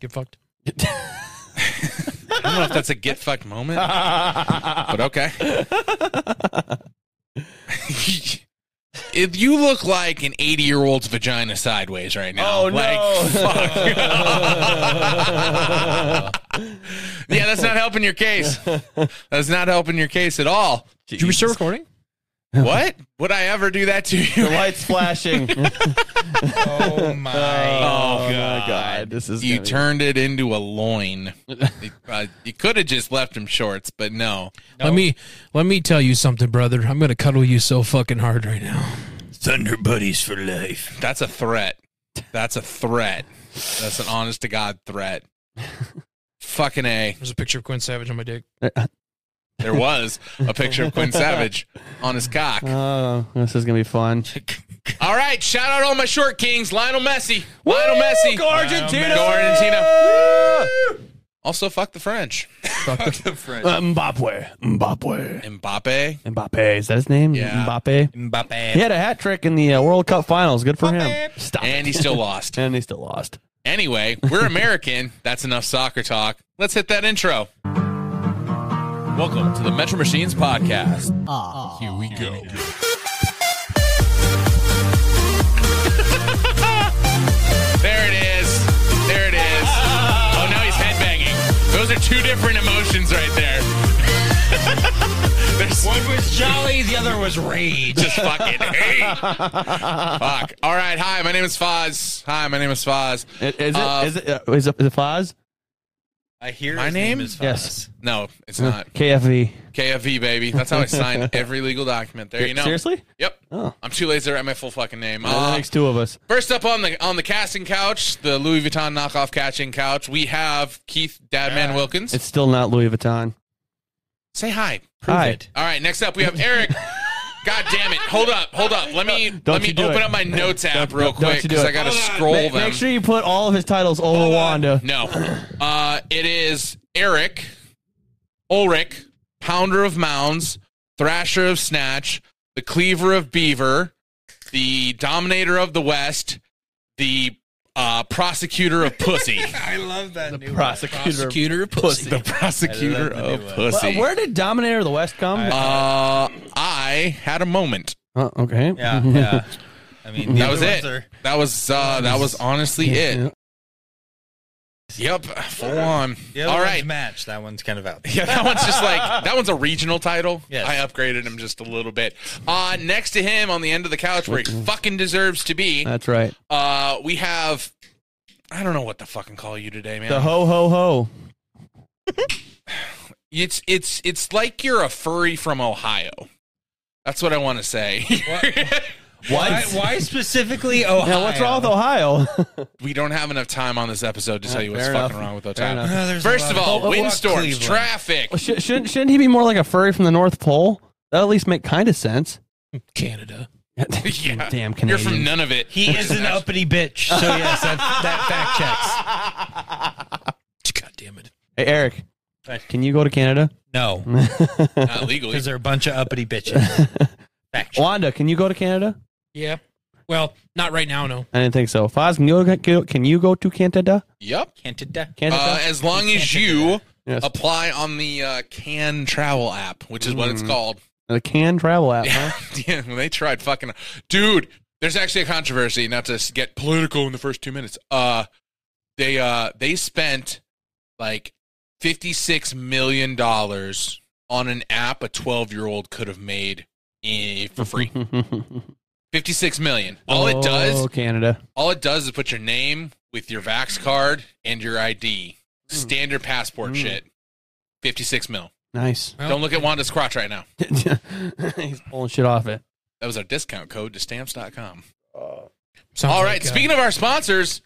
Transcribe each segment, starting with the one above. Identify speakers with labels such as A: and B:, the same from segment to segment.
A: Get fucked.
B: I don't know if that's a get fucked moment, but okay. if you look like an 80 year old's vagina sideways right now,
C: Oh,
B: like,
C: no.
B: fuck. yeah, that's not helping your case. That's not helping your case at all.
A: Do we still recording?
B: What? Would I ever do that to
C: The
B: you?
C: lights flashing. oh,
B: Oh, my.
C: my god, this is
B: You
C: gonna be-
B: turned it into a loin. You, uh, you could have just left him shorts, but no.
A: Let me let me tell you something, brother. I'm gonna cuddle you so fucking hard right now.
D: Thunder Buddies for life.
B: That's a threat. That's a threat. That's an honest to God threat. Fucking A.
A: There's a picture of Quinn Savage on my dick.
B: There was a picture of Quinn Savage on his cock.
C: Oh, this is gonna be fun.
B: All right, shout out all my short kings. Lionel Messi. Lionel Messi. Go Argentina. Go Argentina. Also, fuck the French.
D: The French.
C: Mbappe, Mbappe,
B: Uh, Mbappe.
C: Mbappe. Is that his name?
B: Yeah.
C: Mbappe.
D: Mbappe.
C: He had a hat trick in the uh, World Cup Finals. Good for him. Stop.
B: And he
C: it.
B: still lost.
C: and he still lost.
B: Anyway, we're American. That's enough soccer talk. Let's hit that intro. Welcome to the Metro Machines podcast.
D: Ah,
B: Here we go. there it is. There it is. Oh, now he's headbanging. Those are two different emotions right there. There's
D: One was jolly, the other was rage.
B: just fucking hate. Fuck. All right. Hi, my name is Foz. Hi, my name is Foz.
C: I- Is it? Is
B: Uh,
C: it? uh, Is it? Is it Foz?
D: I hear
B: My
D: his
B: name?
D: is Foz.
C: Yes.
B: No, it's not.
C: KFV.
B: KFV baby. That's how I sign every legal document. There you know.
C: Seriously?
B: Yep.
C: Oh.
B: I'm too lazy to write my full fucking name.
C: That
B: Uh,
C: makes two of us.
B: first up on the on the casting couch, the Louis Vuitton knockoff catching couch, we have Keith Dadman Wilkins.
C: It's still not Louis Vuitton.
B: Say hi.
C: Hi.
B: All right. Next up, we have Eric. God damn it! Hold up, hold up. Let me let me
C: you do
B: open
C: it.
B: up my notes app real
C: don't
B: quick
C: you do
B: because
C: it.
B: I gotta
D: Hold on.
B: scroll
C: Ma-
B: them.
C: Make sure you put all of his titles over
D: on.
C: Wanda.
B: No. Uh, it is Eric, Ulrich, Pounder of Mounds, Thrasher of Snatch, the Cleaver of Beaver, the Dominator of the West, the uh, Prosecutor of Pussy.
D: I love that new
C: Prosecutor.
A: Cuter pussy.
B: the Prosecutor
D: I love
B: of
D: the new one.
C: Well,
B: Pussy.
C: where did Dominator of the West come?
B: uh, I had a moment.
C: Oh, okay.
D: Yeah, yeah. I mean, the
B: That was
D: other ones
B: it.
D: Are,
B: That was uh, that was honestly it. Yep, full on.
D: the other
B: All
D: ones
B: right,
D: match. That one's kind of out.
B: Yeah, that one's just like that one's a regional title.
D: Yes.
B: I upgraded him just a little bit. Uh next to him on the end of the couch where he fucking deserves to be,
C: That's right.
B: uh we have I don't know what to fucking call you today, man.
C: The ho ho ho.
B: it's it's it's like you're a furry from Ohio. That's what I want to say.
D: Why? Why specifically Ohio?
C: Now, what's wrong with Ohio?
B: we don't have enough time on this episode to tell you what's
C: Uh, fair
B: fucking
C: enough.
B: wrong with
C: Fair
B: Ohio.
C: enough.
D: Oh, there's a
B: First
D: lot
B: of all,
D: Fuck
B: windstorms,
D: Cleveland.
B: traffic.
C: Well, sh- shouldn't shouldn't he be more like a furry from the North Pole? That'll at least make kind of sense.
A: Canada.
B: Yeah.
C: Damn Canadian.
B: You're from none of it.
D: He is an uppity bitch. So yes, that, that fact checks.
A: God damn it.
C: Hey Eric,
D: Right.
C: can you go to Canada?
D: No,
B: not legally.
D: because they're a bunch of uppity bitches. Fact check.
C: Wanda, can you go to Canada?
A: Yeah. Well, not right now, no.
C: I didn't think so. Foz, can you go, can you go to Canada?
B: Yep.
D: Canada.
C: Canada.
B: Uh, as long as you
C: Yes.
B: apply on the uh, Can Travel app, which is what it's called.
C: the Can Travel app. Huh?
B: Yeah, they tried fucking. Dude, there's actually a controversy. Not to s- get political in the first two minutes. Uh, they uh they spent like fifty six million dollars on an app a twelve year old could have made eh, for free. fifty six million. All it does
C: Oh, Canada.
B: all it does is put your name with your Vax card and your ID. Standard passport
C: Mm.
B: shit. 56 mil.
C: Nice.
A: Well,
B: Don't look at Wanda's crotch right now.
C: He's pulling shit off it.
B: That was our discount code to stamps.com.
A: sounds
B: All right.
A: like, uh,
B: speaking of our sponsors,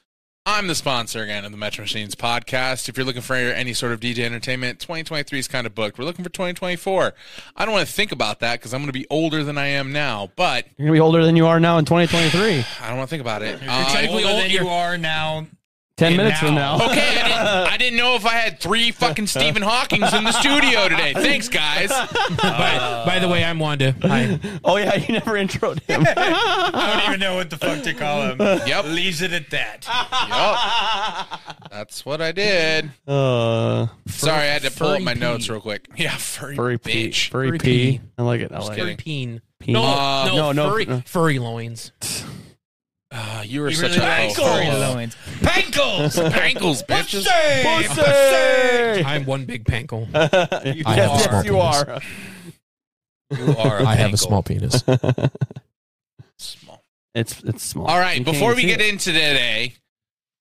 B: I'm the sponsor again of the Metro Machines podcast. If you're looking for any sort of DJ entertainment, 2023 is kind of booked. We're looking for 2024. I don't want to think about that because I'm going to be older than I am now, but
C: You're gonna be older than you are now in 2023.
B: I don't want to think about it.
D: You're
B: Uh,
D: technically
B: well,
D: older than
B: you're-
D: you are now
C: Ten
D: And
C: minutes from
D: now.
C: now.
B: Okay, I didn't, I didn't know if I had three fucking Stephen Hawkings in the studio today. Thanks, guys.
A: by, by the way, I'm Wanda. Hi.
C: oh yeah, you never introed him.
D: I don't even know what the fuck to call him.
B: Yep.
D: Leaves it at that.
B: Yup. That's what I did.
C: uh,
B: Sorry, I had to pull up
A: furry
B: my
A: pee.
B: notes real quick. Yeah, furry,
C: furry pee.
B: bitch.
C: Furry,
A: Furry
C: pee.
A: pee.
C: I like it. I like
B: kidding.
C: it.
A: Furry peen.
C: Pee.
A: No,
B: Uh,
A: no,
C: no, no,
A: furry,
C: no.
A: furry loins.
B: Ah, you were
D: He
B: such
D: really
B: a
D: likes furry loins. Pankles!
B: Ankles, bitches.
D: Pussy!
C: Pussy!
A: I'm one big pankle.
C: yes,
D: I have
C: yes,
A: small
C: you are.
B: You are a
A: I have a
B: pankle.
A: small penis.
B: Small.
C: It's it's small.
B: All right, before we get into today,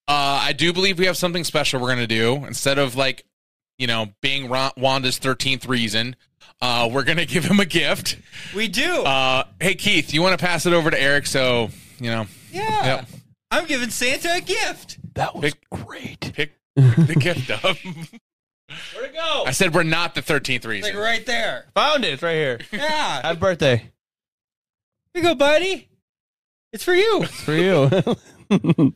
B: uh, I do believe we have something special we're gonna do instead of like, you know, being Ron- Wanda's thirteenth reason. Uh, we're gonna give him a gift.
E: We do.
B: Uh, hey Keith, you want to pass it over to Eric? So you know,
E: yeah.
B: yep.
E: I'm giving Santa a gift.
C: that was
B: Pick-
C: great.
B: pick the gift up.
E: Where'd it go?
B: I said we're not the thirteenth
E: like
B: reason.
E: right there.
C: Found it. It's right here.
E: Yeah.
C: Happy birthday.
E: Here you go, buddy. It's for you.
C: It's for you.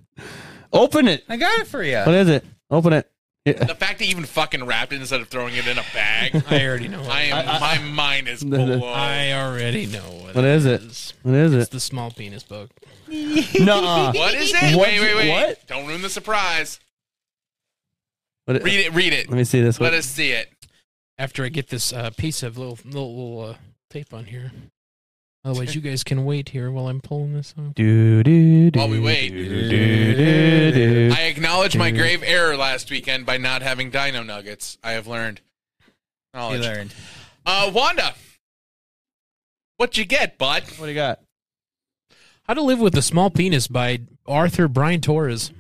C: Open it.
E: I got it for you.
C: What is it? Open it. Yeah.
B: The fact that you even fucking wrapped it instead of throwing it in a bag,
A: I already know.
B: I
A: It.
B: am my mind is blown.
A: I already know what,
C: What
A: it
C: is it?
A: is.
C: What is
A: It's
C: it?
A: the small penis book.
C: Nuh-uh.
B: what is it?
C: What-
B: wait, wait, wait!
C: what?
B: Don't ruin the surprise.
C: What-
B: Read it, read it.
C: Let me see this
B: Let
C: one.
B: us see it.
A: After I get this uh, piece of little little, little uh, tape on here. Otherwise, you guys can wait here while I'm pulling this off.
C: Do, do, do,
B: While we wait.
C: do, do, do, do.
B: I acknowledge my grave error last weekend by not having Dino Nuggets. I have learned.
E: You
B: Knowledge.
E: learned.
B: Uh, Wanda, what you get, bud?
C: What do you got?
A: How to Live with a Small Penis by Arthur Brian Torres.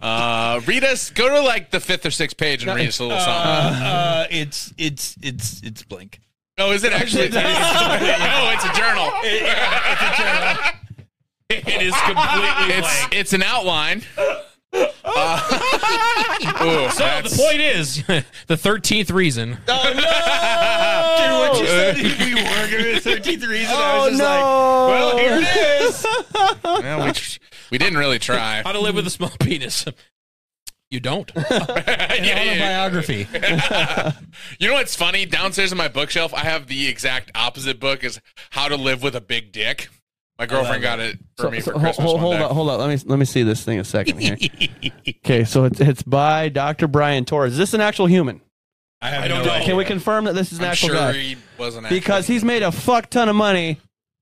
B: Uh, read us. Go to like the fifth or sixth page and read us a little something.
E: uh, it's it's it's it's blank.
B: Oh, is it actually? no, it's a journal. It is completely it's, it's an outline. Uh, ooh, that's-
A: is the 13th reason.
E: Dude, what you said we were giving it 13 reason. I
C: Oh,
E: was just like,
C: well,
E: well, here it is.
B: Well, we, tr- we didn't really try.
A: How to Live with a Small Penis. You don't.
B: Yeah, yeah, yeah.
E: Autobiography.
B: You know what's funny? Downstairs in my bookshelf, I have the exact opposite book: is How to Live with a Big Dick. My girlfriend got it for me for
C: hold,
B: Christmas. one
C: hold, hold
B: day.
C: up, hold up. Let me let me see this thing a second here. okay, so it's it's by Dr. Brian Torres. Is this an actual human?
E: I have
B: don't
E: no
B: know.
E: idea.
C: Can we confirm that this is an
B: I'm
C: actual
B: sure
C: guy?
B: he wasn't actually-
C: because he's made a fuck ton of money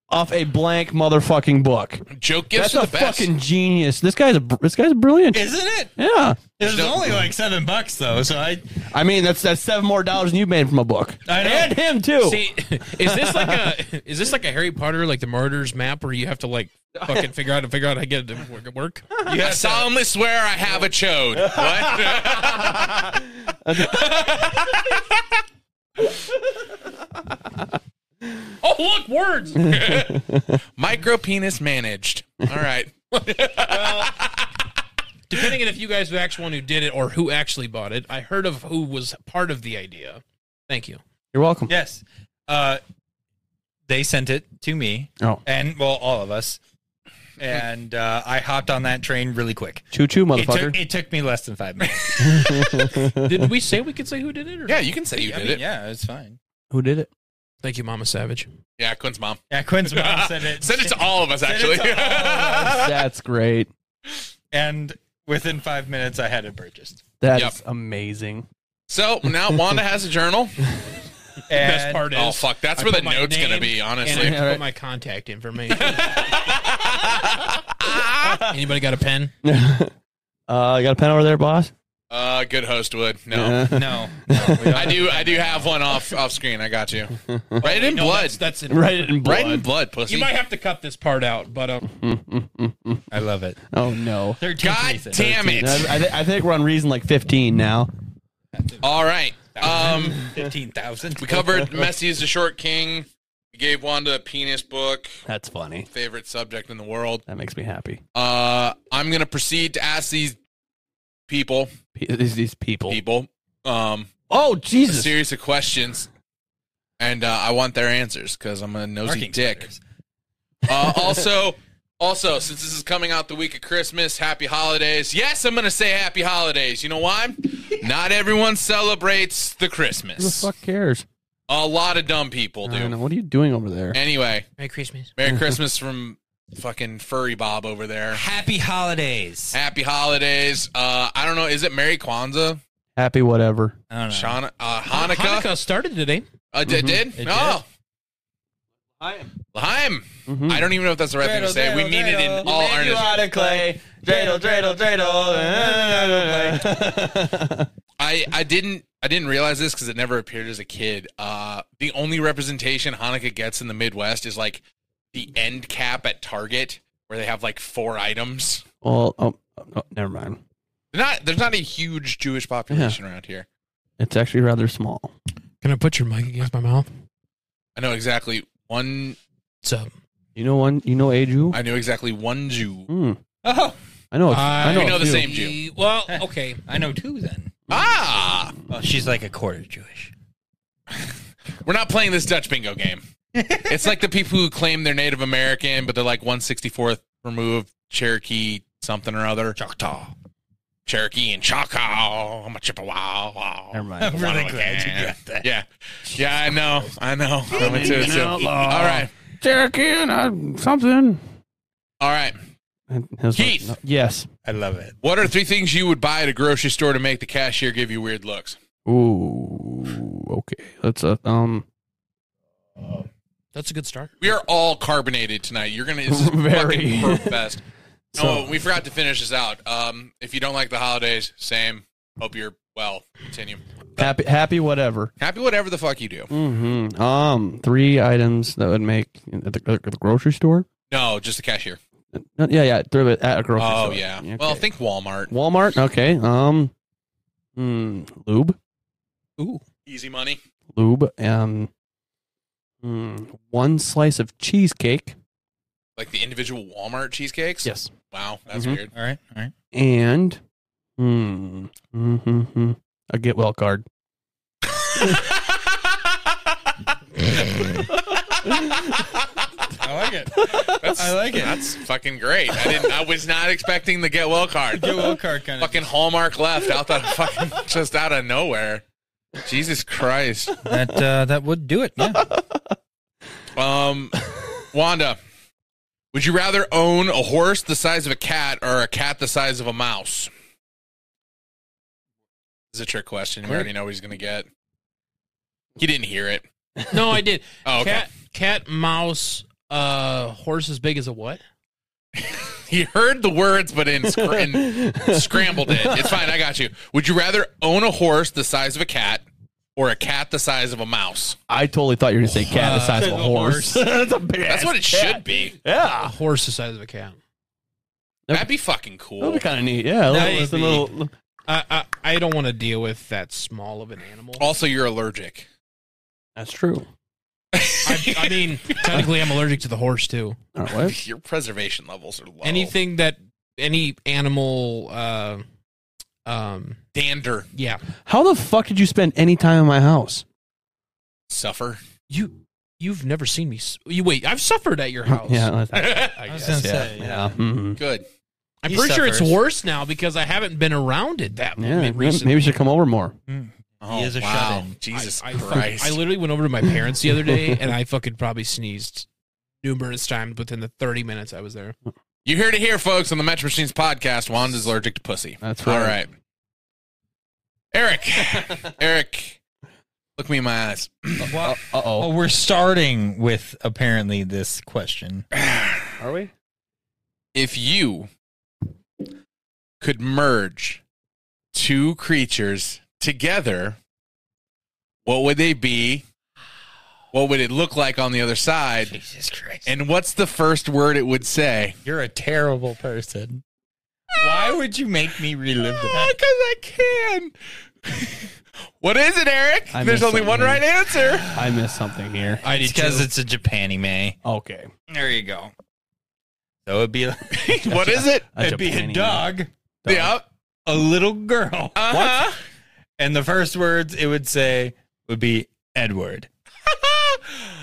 C: off a blank motherfucking book.
B: joke
C: That's
B: gifts
C: a
B: are the best.
C: fucking genius. This guy's a br- this guy's brilliant.
E: Isn't it?
C: yeah,
E: It was only like seven bucks though, so I
C: I mean that's that's seven more dollars than you made from a book,
E: I know.
C: and him too.
A: See, is this like a is this like a Harry Potter like the martyrs map where you have to like fucking figure out to figure out how to get it to work- work?
B: I solemnly swear I have a chode. What?
A: Oh, look, words.
B: Micro penis managed. All right.
A: Depending on if you guys were actually one who did it or who actually bought it, I heard of who was part of the idea. Thank you.
C: You're welcome.
E: Yes. Uh, they sent it to me,
C: Oh,
E: and well, all of us. And uh, I hopped on that train really quick.
C: choo choo,
E: It took,
C: motherfucker.
E: it took me less than five minutes.
A: Did we say we could say who did it? Or?
B: Yeah, you can say you
E: I
B: did
E: mean,
B: it.
E: Yeah, it's fine.
C: Who did it?
A: Thank you, Mama Savage.
B: Yeah, Quinn's mom.
E: Yeah, Quinn's mom sent it.
B: Send it to all of us,
E: Sent it
B: actually.
E: to all of us.
C: That's great.
E: and within five minutes, I had it purchased.
C: That's
B: Yep.
C: amazing.
B: so now Wanda has a journal.
E: And
A: Best part is
B: Oh, fuck. That's
A: I
B: where
A: put
B: the
A: my
B: note's going to
A: name
B: be,
A: and
B: honestly.
A: I
C: Yeah,
A: put
C: right.
A: my contact information. Anybody got a pen?
C: uh, you got a pen over there, boss?
B: Uh, good host would. No.
E: No, no, we don't.
B: I do. I do have one off off screen. I got you. Right in
A: No,
B: blood.
A: That's, that's it.
C: Write it in blood.
B: Right in blood, pussy.
A: You might have to cut this part out, but um,
E: I love it.
C: Oh no.
B: God damn it!
C: I, I, thi- I think we're on reason like 15 now.
B: All right. Um,
E: Fifteen thousand.
B: we covered Messi is the short king. We gave Wanda a penis book,
C: That's funny.
B: favorite subject in the world.
C: That makes me happy.
B: Uh, I'm gonna proceed to ask these people,
C: Pe- These, these people.
B: people, um,
C: Oh
B: a
C: Jesus!
B: series of questions, and uh, I want their answers because I'm a nosy dick. Uh, also, Also, since this is coming out the week of Christmas, happy holidays. Yes, I'm going to say happy holidays. You know why? Not everyone celebrates the
C: Who the
B: Christmas.
C: fuck cares?
B: A lot of dumb people
C: I don't know.
B: do.
C: What are you doing over there?
B: Anyway,
A: Merry Christmas.
B: Merry Christmas from fucking Furry Bob over there.
E: Happy holidays.
B: Happy holidays. Uh, I don't know. Is it Merry Kwanzaa?
C: Happy whatever.
E: I don't know.
B: Shana, uh, Hanukkah?
A: Hanukkah started today.
B: Uh, d-
C: Mhm.
B: Did?
A: did.
B: Oh,
C: I am.
B: Lahaim.
C: Mm-hmm.
B: I don't even know if that's the right thing to say. We mean it in all earnest.
C: of clay. Dreidel, dreidel, dreidel.
B: I, I didn't I didn't realize this because it never appeared as a kid. Uh, the only representation Hanukkah gets in the Midwest is like the end cap at Target, where they have like four items.
C: well, oh, oh, never mind.
B: They're not there's not a huge Jewish population around here.
C: It's actually rather small.
A: Can I put your mic against my mouth?
B: I know exactly one.
A: What's up?
C: You know one. You know a Jew.
B: I knew exactly one Jew.
C: Hmm.
E: Oh,
C: I know. I,
A: I-
C: I know.
B: we know
C: a
B: the
C: few.
B: same Jew.
A: Well, okay.
E: I know two then.
B: Ah,
E: Well, she's like a quarter Jewish.
B: we're not playing this Dutch bingo game. it's like the people who claim they're Native American, but they're like 164th removed Cherokee something or other.
E: Choctaw.
B: Cherokee and Choctaw. I'm a Chippewa.
C: Never mind.
E: I'm really glad you got that.
B: Yeah. Yeah, I know. I know. I went to it too. All
E: outlaw.
B: right.
C: Cherokee and uh, something.
B: All right.
C: And his-
B: Keith.
C: no- yes.
E: I love it.
B: What are three things you would buy at a grocery store to make the cashier give you weird looks?
C: Ooh. Okay. That's a um.
A: That's a good start.
B: We are all carbonated tonight. You're going to. It's
C: Very.
B: fucking burp fest.
C: So-
B: oh, we forgot to finish this out. Um, if you don't like the holidays, same. Hope you're well. Continue.
C: Happy. Happy. Whatever.
B: Happy whatever the fuck you do.
C: Mm-hmm. Um. Three items that would make at the, at the grocery store.
B: No, just the cashier.
C: No, yeah. Yeah. Through it at a grocery
B: Oh,
C: store.
B: yeah.
C: Okay.
B: Well, think Walmart.
C: Walmart. Okay. Um. Mm, lube.
A: Ooh.
B: Easy money.
C: lube and mm, one slice of cheesecake.
B: Like the individual Walmart cheesecakes.
C: Yes.
B: Wow, that's
C: Mhm.
B: weird.
E: All right. All right.
C: And mm, mm-hmm, a get well card.
E: I like it.
B: That's,
E: I like it.
B: That's fucking great. I didn't. I was not expecting the get well card.
E: Get well card kind of.
B: fucking Hallmark left out the fucking just out of nowhere. Jesus Christ.
E: That uh, that would do it. Yeah.
B: Um, Wanda, would you rather own a horse the size of a cat or a cat the size of a mouse? It's a trick question. We already know what he's gonna get. He didn't hear it.
A: No, I did.
B: Oh, okay.
A: Cat, cat, mouse, uh, horse as big as a what?
B: He heard the words, but in, scr- in scrambled it. It's fine. I got you. Would you rather own a horse the size of a cat or a cat the size of a mouse?
C: I totally thought you were going to say cat the size of a
E: Uh,
C: horse. That's a big
B: That's
C: ass
B: what it
C: cat.
B: should be.
A: A
C: Yeah.
A: horse the size of a cat.
B: That'd be fucking
C: That would
B: cool.
C: be kind of neat. Yeah. a
E: That
C: little-
E: is
C: a little-
A: I, I, I don't want to deal with that small of an animal.
B: Also, you're allergic.
C: That's true.
A: I, I mean, technically, I'm allergic to the horse too.
C: All right, what?
B: Your preservation levels are low.
A: Anything that any animal, uh, um,
B: dander
A: yeah,
C: How the fuck did you spend any time in my house?
B: suffer.
A: you you've never seen me. s- You wait, I've suffered at your house.
C: Yeah. that's-
A: I
E: I was
A: guess.
E: gonna
C: yeah,
E: say.
C: yeah. mhm.
B: Good.
A: I'm
E: He
A: pretty sure
E: suffers.
A: it's worse now because I haven't been around it that
C: Yeah,
A: yeah,
C: maybe- Maybe you should come over more.
E: Mm.
B: Oh,
E: is a
B: wow.
E: shut-in.
B: Jesus
A: I, I, fuck-
B: Christ.
A: I literally went over to my parents the other day and I fucking probably sneezed numerous times within the 30 minutes I was there.
B: you heard it here, folks, on the Match Machines podcast. Wanda's allergic to pussy.
C: That's
B: All right.
C: right.
B: Eric. Eric. Look me in my eyes.
E: Well,
C: Uh oh.
E: oh, we're starting with apparently this question.
C: Are we?
B: if you could merge two creatures together, what would they be? What would it look like on the other side?
E: Jesus Christ.
B: And what's the first word it would say?
E: You're a terrible person. Why would you make me relive that?
B: Because Uh, I can. what is it, Eric?
C: I
B: There's
C: missed
B: only one
C: something.
B: right answer.
C: I missed something here.
A: I
E: It's
A: did
E: because
A: too.
E: it's a Japan anime.
C: Okay.
E: There you go. So it'd be like,
B: What is it?
C: That's
E: it'd be a
C: panty.
E: dog,
B: Yeah.
E: a little girl,
B: Uh-huh.
E: and the first words it would say would be Edward,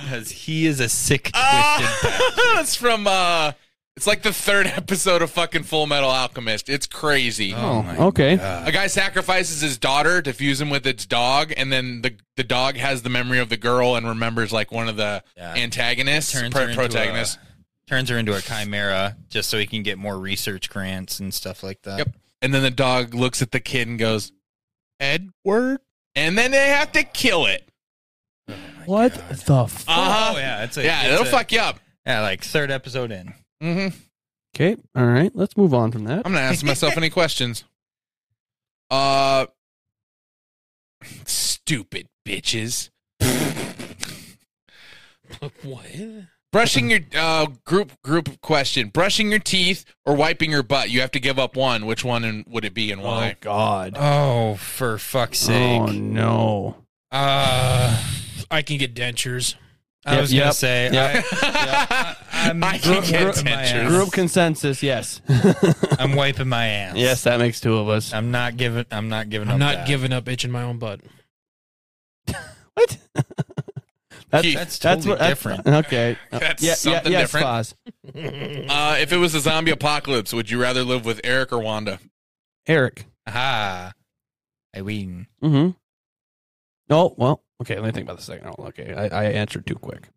E: because he is a sick, twisted.
B: Ah, it's from uh, It's like the third episode of fucking Full Metal Alchemist. It's crazy.
E: my
C: Oh, okay.
E: God.
B: A guy sacrifices his daughter to fuse him with its dog, and then the the dog has the memory of the girl and remembers like one of the
E: Yeah.
B: antagonists,
E: Uh, Turns her
B: pro-
E: into
B: protagonists.
E: a- turns her into a chimera just so he can get more research grants and stuff like that.
B: Yep. And then the dog looks at the kid and goes, Edward? And then they have to kill it.
C: What the f-
B: Uh-huh.
E: Oh yeah, it's a,
B: yeah,
E: it's
B: it'll
E: a-
B: fuck you up.
E: Yeah, like third episode in.
B: hmm
C: Okay. All right. Let's move on from that.
B: I'm not asking myself any questions. Uh, stupid bitches.
A: What?
B: Brushing your uh, group group question: brushing your teeth or wiping your butt. You have to give up one. Which one and would it be, and why?
C: God.
E: Oh, for fuck's sake!
C: Oh no.
E: Uh,
A: I can get dentures.
E: I
C: Yep,
E: was gonna
C: yep,
E: say
C: yep.
E: I'm-
B: I can
E: gro-
B: get
E: gro- my
B: dentures.
E: ass.
C: Group consensus. Yes.
E: I, am wiping my ass.
C: yes, that makes two of us.
E: I'm not giving. I'm not giving
A: I'm
E: up.
A: not
E: that.
A: giving up itching my own butt.
C: What? that's,
E: That's
C: that's
E: totally
C: what- that's-
E: different.
C: okay.
B: That's something
C: yes,
B: different.
C: Foz.
B: Uh, if it was a zombie apocalypse, would you rather live with Eric or Wanda?
C: Eric.
E: Aha. I win.
C: Mm-hmm. Oh well. Okay. Let me think about this a second. Oh, okay. I, I answered too quick.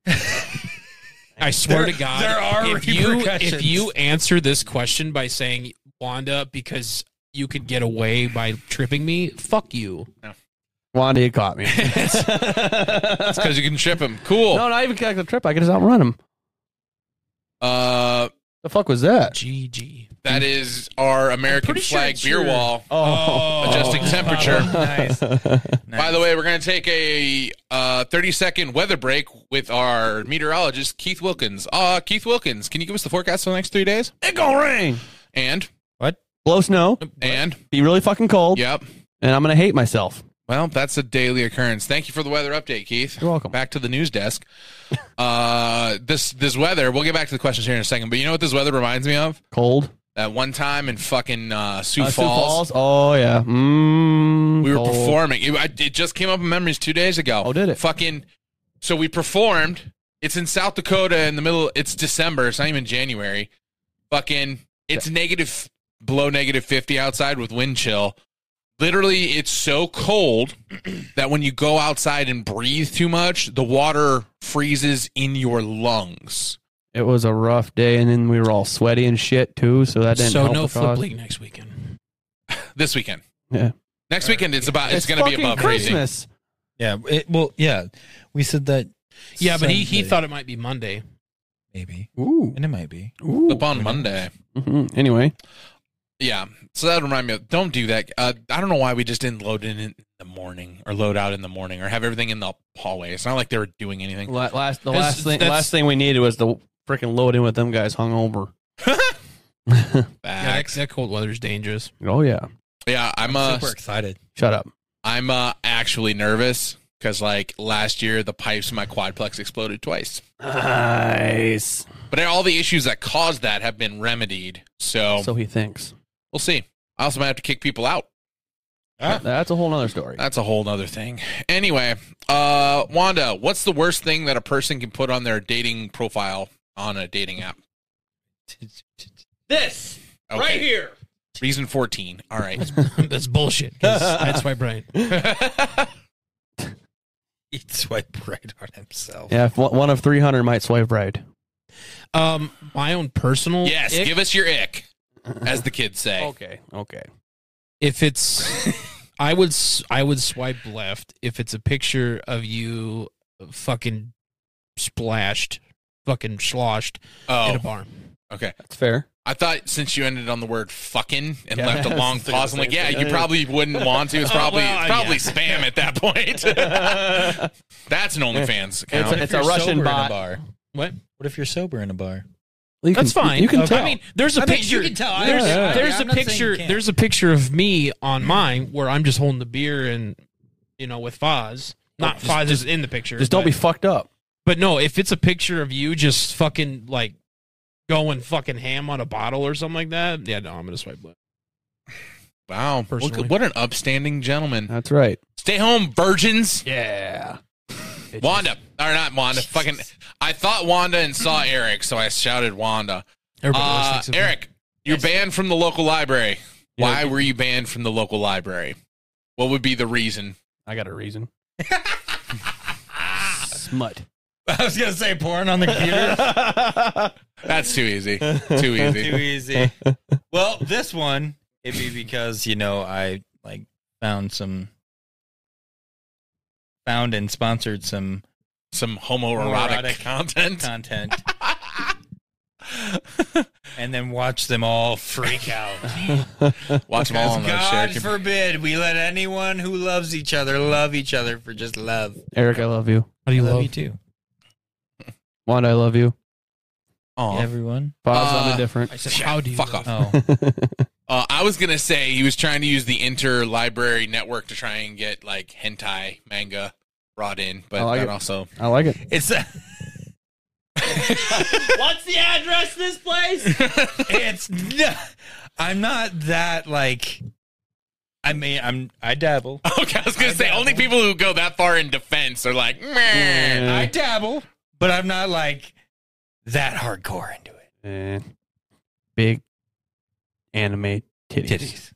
A: I swear
E: There-
A: to God,
E: there are
A: if you if
E: repercussions.
A: you answer this question by saying Wanda because you could get away by tripping me, fuck you.
C: Wanda, you caught me.
B: It's because you can ship him. Cool.
C: No, not even connect the trip. I could just outrun him.
B: Uh,
C: The fuck was that?
A: GG.
B: that is our American
A: pretty sure
B: flag
A: it's
B: beer
A: your-
B: wall.
C: Oh.
B: Adjusting temperature.
E: nice.
B: By the way, we're going to take a uh, 30 second weather break with our meteorologist, Keith Wilkins. Uh, Keith Wilkins, can you give us the forecast for the next three days?
C: It gonna rain.
B: And,
C: Blow snow.
B: and,
C: Be really fucking cold.
B: yep.
C: And I'm gonna hate myself.
B: Well, that's a daily occurrence. Thank you for the weather update, Keith.
C: You're welcome.
B: Back to the news desk. Uh, this this weather. We'll get back to the questions here in a second. But you know what this weather reminds me of?
C: Cold.
B: That one time in fucking uh, Sioux,
C: Uh, Sioux
B: Falls,
C: Oh yeah. Mm,
B: we were
C: cold.
B: performing. It, I, it just came up in memories two days ago.
C: Oh, did it?
B: Fucking. So we performed. It's in South Dakota in the middle. It's December. It's not even January. Fucking. It's negative, below negative fifty outside with wind chill. Literally, it's so cold that when you go outside and breathe too much, the water freezes in your lungs.
C: It was a rough day, and then we were all sweaty and shit too. So that didn't.
A: So
C: help
A: no
C: the
A: flip
C: cause.
A: league next weekend.
B: This weekend.
C: Yeah.
B: Next weekend, it's about. It's, going to be
C: fucking
B: above freezing.
C: Christmas.
E: yeah. It, well, yeah. We said that.
A: Yeah, but he, he
E: Sunday,
A: thought it might be Monday.
E: maybe,
C: Ooh.
E: and it might be.
C: Ooh.
B: Up on Monday.
C: hmm Anyway,
B: Yeah. So that remind me of don't do that. Uh, I don't know why we just didn't load in in the morning or load out in the morning or have everything in the hallway. It's not like they were doing anything.
C: la- last the
A: That's-
C: last thing
A: that's-
C: last thing we needed was the freaking load in with them guys hungover.
A: Yeah, that,
B: Facts.
A: that cold weather's dangerous.
C: Oh yeah.
B: Yeah, I'm uh
E: Super excited.
C: Shut up.
B: I'm uh actually nervous cuz like last year the pipes in my quadplex exploded twice.
C: Nice.
B: But all the issues that caused that have been remedied. So,
C: So he thinks.
B: we'll see. I also might have to kick people out.
E: Ah.
C: That's a whole nother story.
B: That's a whole nother thing. Anyway, uh Wanda, what's the worst thing that a person can put on their dating profile on a dating app?
E: This.
B: Okay. Right here. Reason 14. All right.
A: that's bullshit. 'cause That's why Brian.
E: He'd swipe right on himself.
C: yeah, if one one of 300 might swipe right.
A: Um, my own personal.
B: yes,
A: ick,
B: give us your ick, as the kids say.
C: Okay. Okay.
A: if it's, I would s- I would swipe left if it's a picture of you fucking splashed, fucking sloshed in a
B: Oh,
A: bar.
B: okay.
C: That's fair.
B: I thought since you ended on the word fucking and
C: Yeah,
B: left
C: I
B: a
C: was
B: long
C: thinking the
B: pause, I'm like,
C: same
B: yeah,
C: thing.
B: you probably wouldn't want to. It's probably
A: well,
B: it's probably spam at that point.
C: it's
B: That's an OnlyFans
C: a,
B: account.
C: it's
E: If
C: a
E: you're
C: Russian
E: sober in a
C: bot.
E: bar.
A: What?
E: What if you're sober in a bar?
C: You
A: That's
C: can-
A: fine.
C: You can tell.
A: I mean, there's a
E: I think
A: picture.
E: you can tell. I
A: There's,
C: understand.
A: there's
E: Yeah,
A: a
E: I'm not saying you
A: picture.
E: can't.
A: There's a picture of me on mine where I'm just holding the beer and you know with Foz. Not
C: Just-
A: Foz is in the picture.
C: just don't
A: but-
C: be fucked up.
A: But no, if it's a picture of you just fucking like going fucking ham on a bottle or something like that, yeah, no, I'm gonna swipe left.
B: Wow. Look-
A: Personally.
B: what an upstanding gentleman.
C: That's right.
B: Stay home, virgins.
C: Yeah.
B: Wanda. Or not Wanda. Fucking I thought Wanda and saw Eric, so I shouted Wanda.
A: Everybody always
B: Uh,
A: thinks of me.
B: Eric, you're
D: Yes.
B: banned from the local library.
C: Yeah.
B: Why were you banned from the local library? What would be the reason?
C: I got a reason. Smut.
E: I was gonna say porn on the computer.
B: That's too easy. Too easy.
E: Too easy. Well, this one it'd be because you know I like found some found and sponsored some
B: Some homoerotic
E: Homoerotic
B: content.
E: content, and then watch them all freak out.
B: Watch them all on the share.
E: God
B: com-
E: forbid we let anyone who loves each other love each other for just love.
C: Eric, I love you.
A: How do you
E: I
A: love?
E: love you too,
C: Wanda, I love you.
B: Aw.
E: everyone.
C: Bob's
B: Uh,
C: on a different.
A: I said, how do you
B: Fuck
A: love?
B: off.
E: Oh,
B: Uh, I was gonna say he was trying to use the interlibrary network to try and get like hentai manga brought in, but
A: Oh,
C: I like
B: that
C: it.
B: also
C: I like it.
E: it's a,
F: What's the address of this place?
E: it's. n- I'm not that like. I mean, I'm. I dabble.
B: okay. I was gonna say only people who go that far in defense are like, man.
E: I dabble, but I'm not like that hardcore into it.
C: Eh. big anime titties.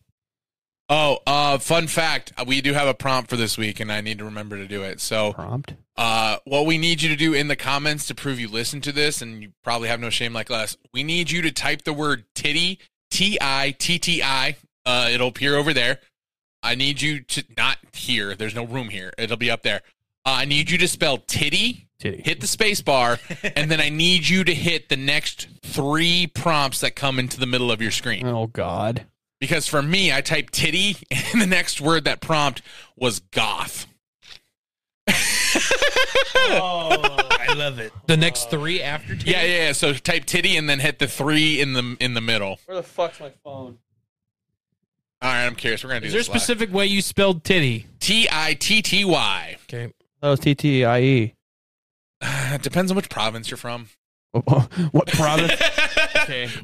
B: Oh, uh, fun fact: we do have a prompt for this week, and I need to remember to do it. So,
C: Prompt.
B: uh, what we need you to do in the comments to prove you listen to this, and you probably have no shame like us, we need you to type the word titty, T I T T I. Uh, it'll appear over there. I need you to not here. There's no room here. It'll be up there. Uh, I need you to spell titty,
C: Titty.
B: hit the space bar, and then I need you to hit the next three prompts that come into the middle of your screen.
C: Oh God.
B: Because for me, I typed titty, and the next word that prompt was goth.
E: Oh, I love it.
A: The next three after ten.
B: Yeah, yeah, yeah. So type titty and then hit the three in the in the middle.
C: Where the fuck's my phone?
B: All right, I'm curious. We're gonna do
A: Is there a
B: this.
A: specific way you spelled titty?
B: T I T T Y.
A: Okay.
C: That was T T I E.
B: It depends on which province you're from.
C: What province?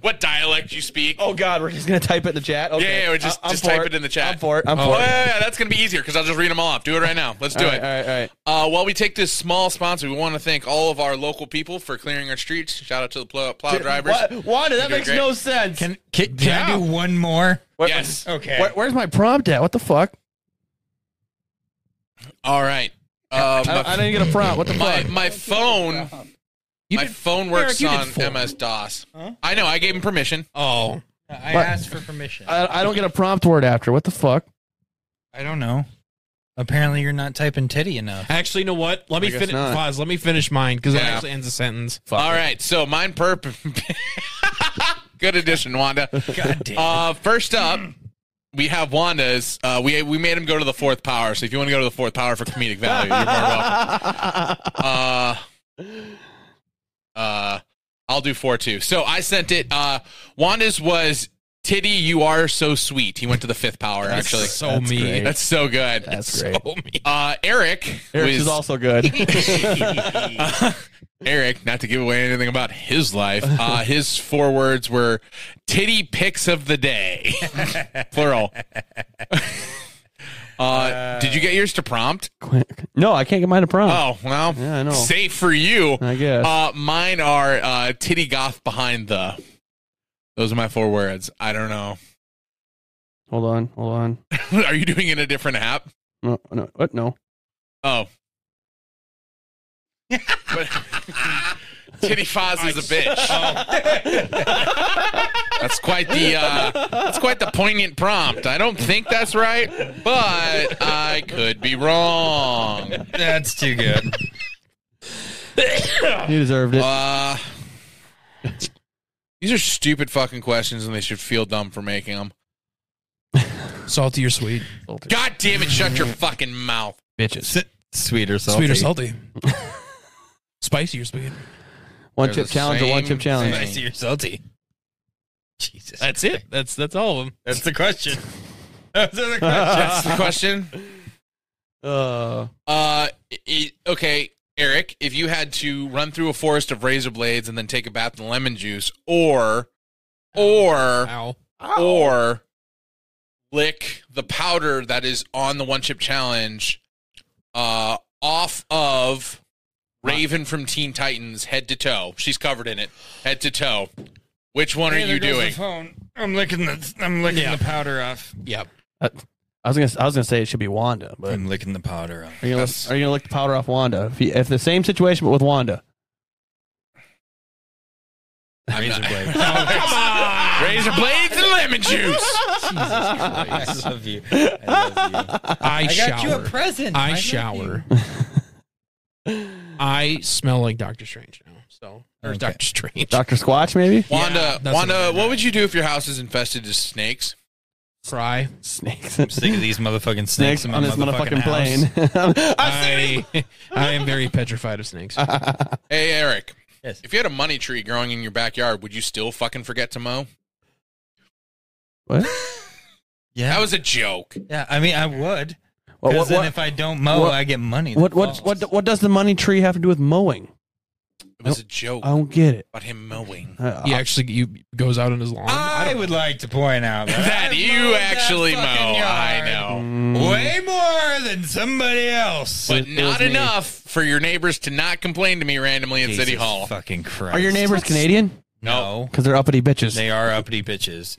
B: What dialect you speak.
C: oh God, we're just gonna type it in the chat. Okay.
B: Yeah, yeah, we're just-
C: I- I'm
B: just
C: for
B: type it in the chat.
C: I'm for it. I'm
B: Oh,
C: for
B: yeah,
C: it.
B: yeah, yeah, that's gonna be easier because I'll just read them all off. Do it right now. Let's do
C: All
B: it.
C: right, all right, all right.
B: Uh, while we take this small sponsor, we want to thank all of our local people for clearing our streets. Shout out to the plow, plow drivers.
C: What? Wanda, that
B: You're
C: makes
B: great.
C: no sense.
E: Can can, can I do one more?
C: Where-
B: Yes.
E: Okay.
C: where- where's my prompt at? What the fuck?
B: All right. Uh,
C: I,
B: my-
C: I didn't get a prompt. What the
B: my
C: fuck?
B: my phone
A: You
B: my
A: did-
B: phone works
A: Eric, you did four.
B: on MS DOS. I know. I gave him permission.
A: Oh,
E: I
C: What?
E: asked for permission.
C: I, I don't get a prompt word after. What the fuck?
E: I don't know. Apparently, you're not typing titty enough.
A: actually, you know what? Let me
C: guess
A: finish.
C: not.
A: Pause. Let me finish mine because it
B: Yeah.
A: actually ends a sentence.
C: Fuck.
B: All right. So mine perp. Good addition, Wanda.
E: God damn.
B: Uh, first up, we have Wanda's. Uh, we we made him go to the fourth power. So if you want to go to the fourth power for comedic value, you're more welcome. Uh, uh, I'll do four too. So I sent it. Uh, Wanda's was titty. You are so sweet. He went to the fifth power. actually,
A: so
C: That's
A: me.
C: great.
B: that's so good.
C: That's great.
A: So me.
B: Uh, Eric,
C: Eric
B: was-
C: is also good.
B: Eric, not to give away anything about his life, uh, his four words were titty pics of the day. Plural. uh, did you get yours to prompt?
C: Quick. No, I can't get mine to prompt.
B: Oh, well,
C: Yeah, I know.
B: safe for you.
C: I guess.
B: Uh, mine are uh, titty goth behind the. Those are my four words. I don't know.
C: hold on, hold on.
B: are you doing it in a different app?
C: No, no, what? No.
B: Oh. but, titty Foz is a bitch. that's quite the uh, that's quite the poignant prompt. I don't think that's right, but I could be wrong.
E: That's too good.
C: You deserved it.
B: Uh, these are stupid fucking questions, and they should feel dumb for making them.
A: Salty or sweet?
B: God damn it! Shut your fucking mouth.
C: Bitches.
E: Sweet or
A: Sweet or salty? Spicy or sweet?
C: One
B: They're
C: chip
B: the
C: challenge or one
B: same
C: chip challenge.
B: thing.
E: Spicy or salty? Jesus.
A: That's it. That's that's all of them.
E: That's the question. Those are the questions.
B: That's the question.
C: Uh,
B: Uh, i okay, Eric, if you had to run through a forest of razor blades and then take a bath in lemon juice, or, or,
A: Ow.
B: or lick the powder that is on the one chip challenge, uh, off of Raven from Teen Titans head to toe. She's covered in it, head to toe. Which one are
E: Hey, there
B: you
E: goes the
B: doing?
E: phone. I'm licking the I'm licking
A: Yeah.
E: the powder off.
A: Yep.
C: I was gonna I was gonna say it should be Wanda, but are
E: I'm licking the powder off.
C: you gonna, are you gonna lick the powder off Wanda? If, you, if the same situation but with Wanda,
B: I'm not- Razor blades and lemon juice.
E: I love you. I love you.
A: I, shower.
E: present.
A: I shower. I smell like Doctor Strange now. So there's
E: Okay.
A: Doctor Strange.
C: Doctor Squatch maybe
B: Wanda,
A: that's
B: Wanda,
A: what I
B: what,
A: meant.
B: would you do if your house is infested with snakes?
A: Cry.
C: snakes
E: Sick of these motherfucking snakes,
C: snakes
E: in
C: on
E: my
C: this motherfucking,
E: house.
C: plane. I've seen it.
A: I, I am very petrified of snakes.
B: Hey, Eric.
E: Yes.
B: If you had a money tree growing in your backyard, would you still fucking forget to mow?
C: What?
E: Yeah,
B: That was a joke.
E: yeah. I mean, I would.
C: What,
E: Because
C: what,
E: then
C: what,
E: if I don't mow,
C: what-
E: I get money. that
C: what, what,
E: falls.
C: what, what does the money tree have to do with mowing?
B: It was a joke
E: Oh.
C: I don't get it.
B: about him mowing.
C: Uh,
A: He actually you, goes out on his lawn.
E: I would like to point out
B: That
E: I
B: you
E: mowed that
B: actually mow.
E: fucking
B: I
E: yard
B: know.
C: mm,
E: way more than somebody else.
B: But
C: it was
B: not
C: me.
B: enough for your neighbors to not complain to me randomly in City
E: Jesus
B: Hall.
E: Fucking Christ.
C: Are your neighbors Canadian?
E: No,
C: Because they're uppity bitches.
E: they are uppity bitches.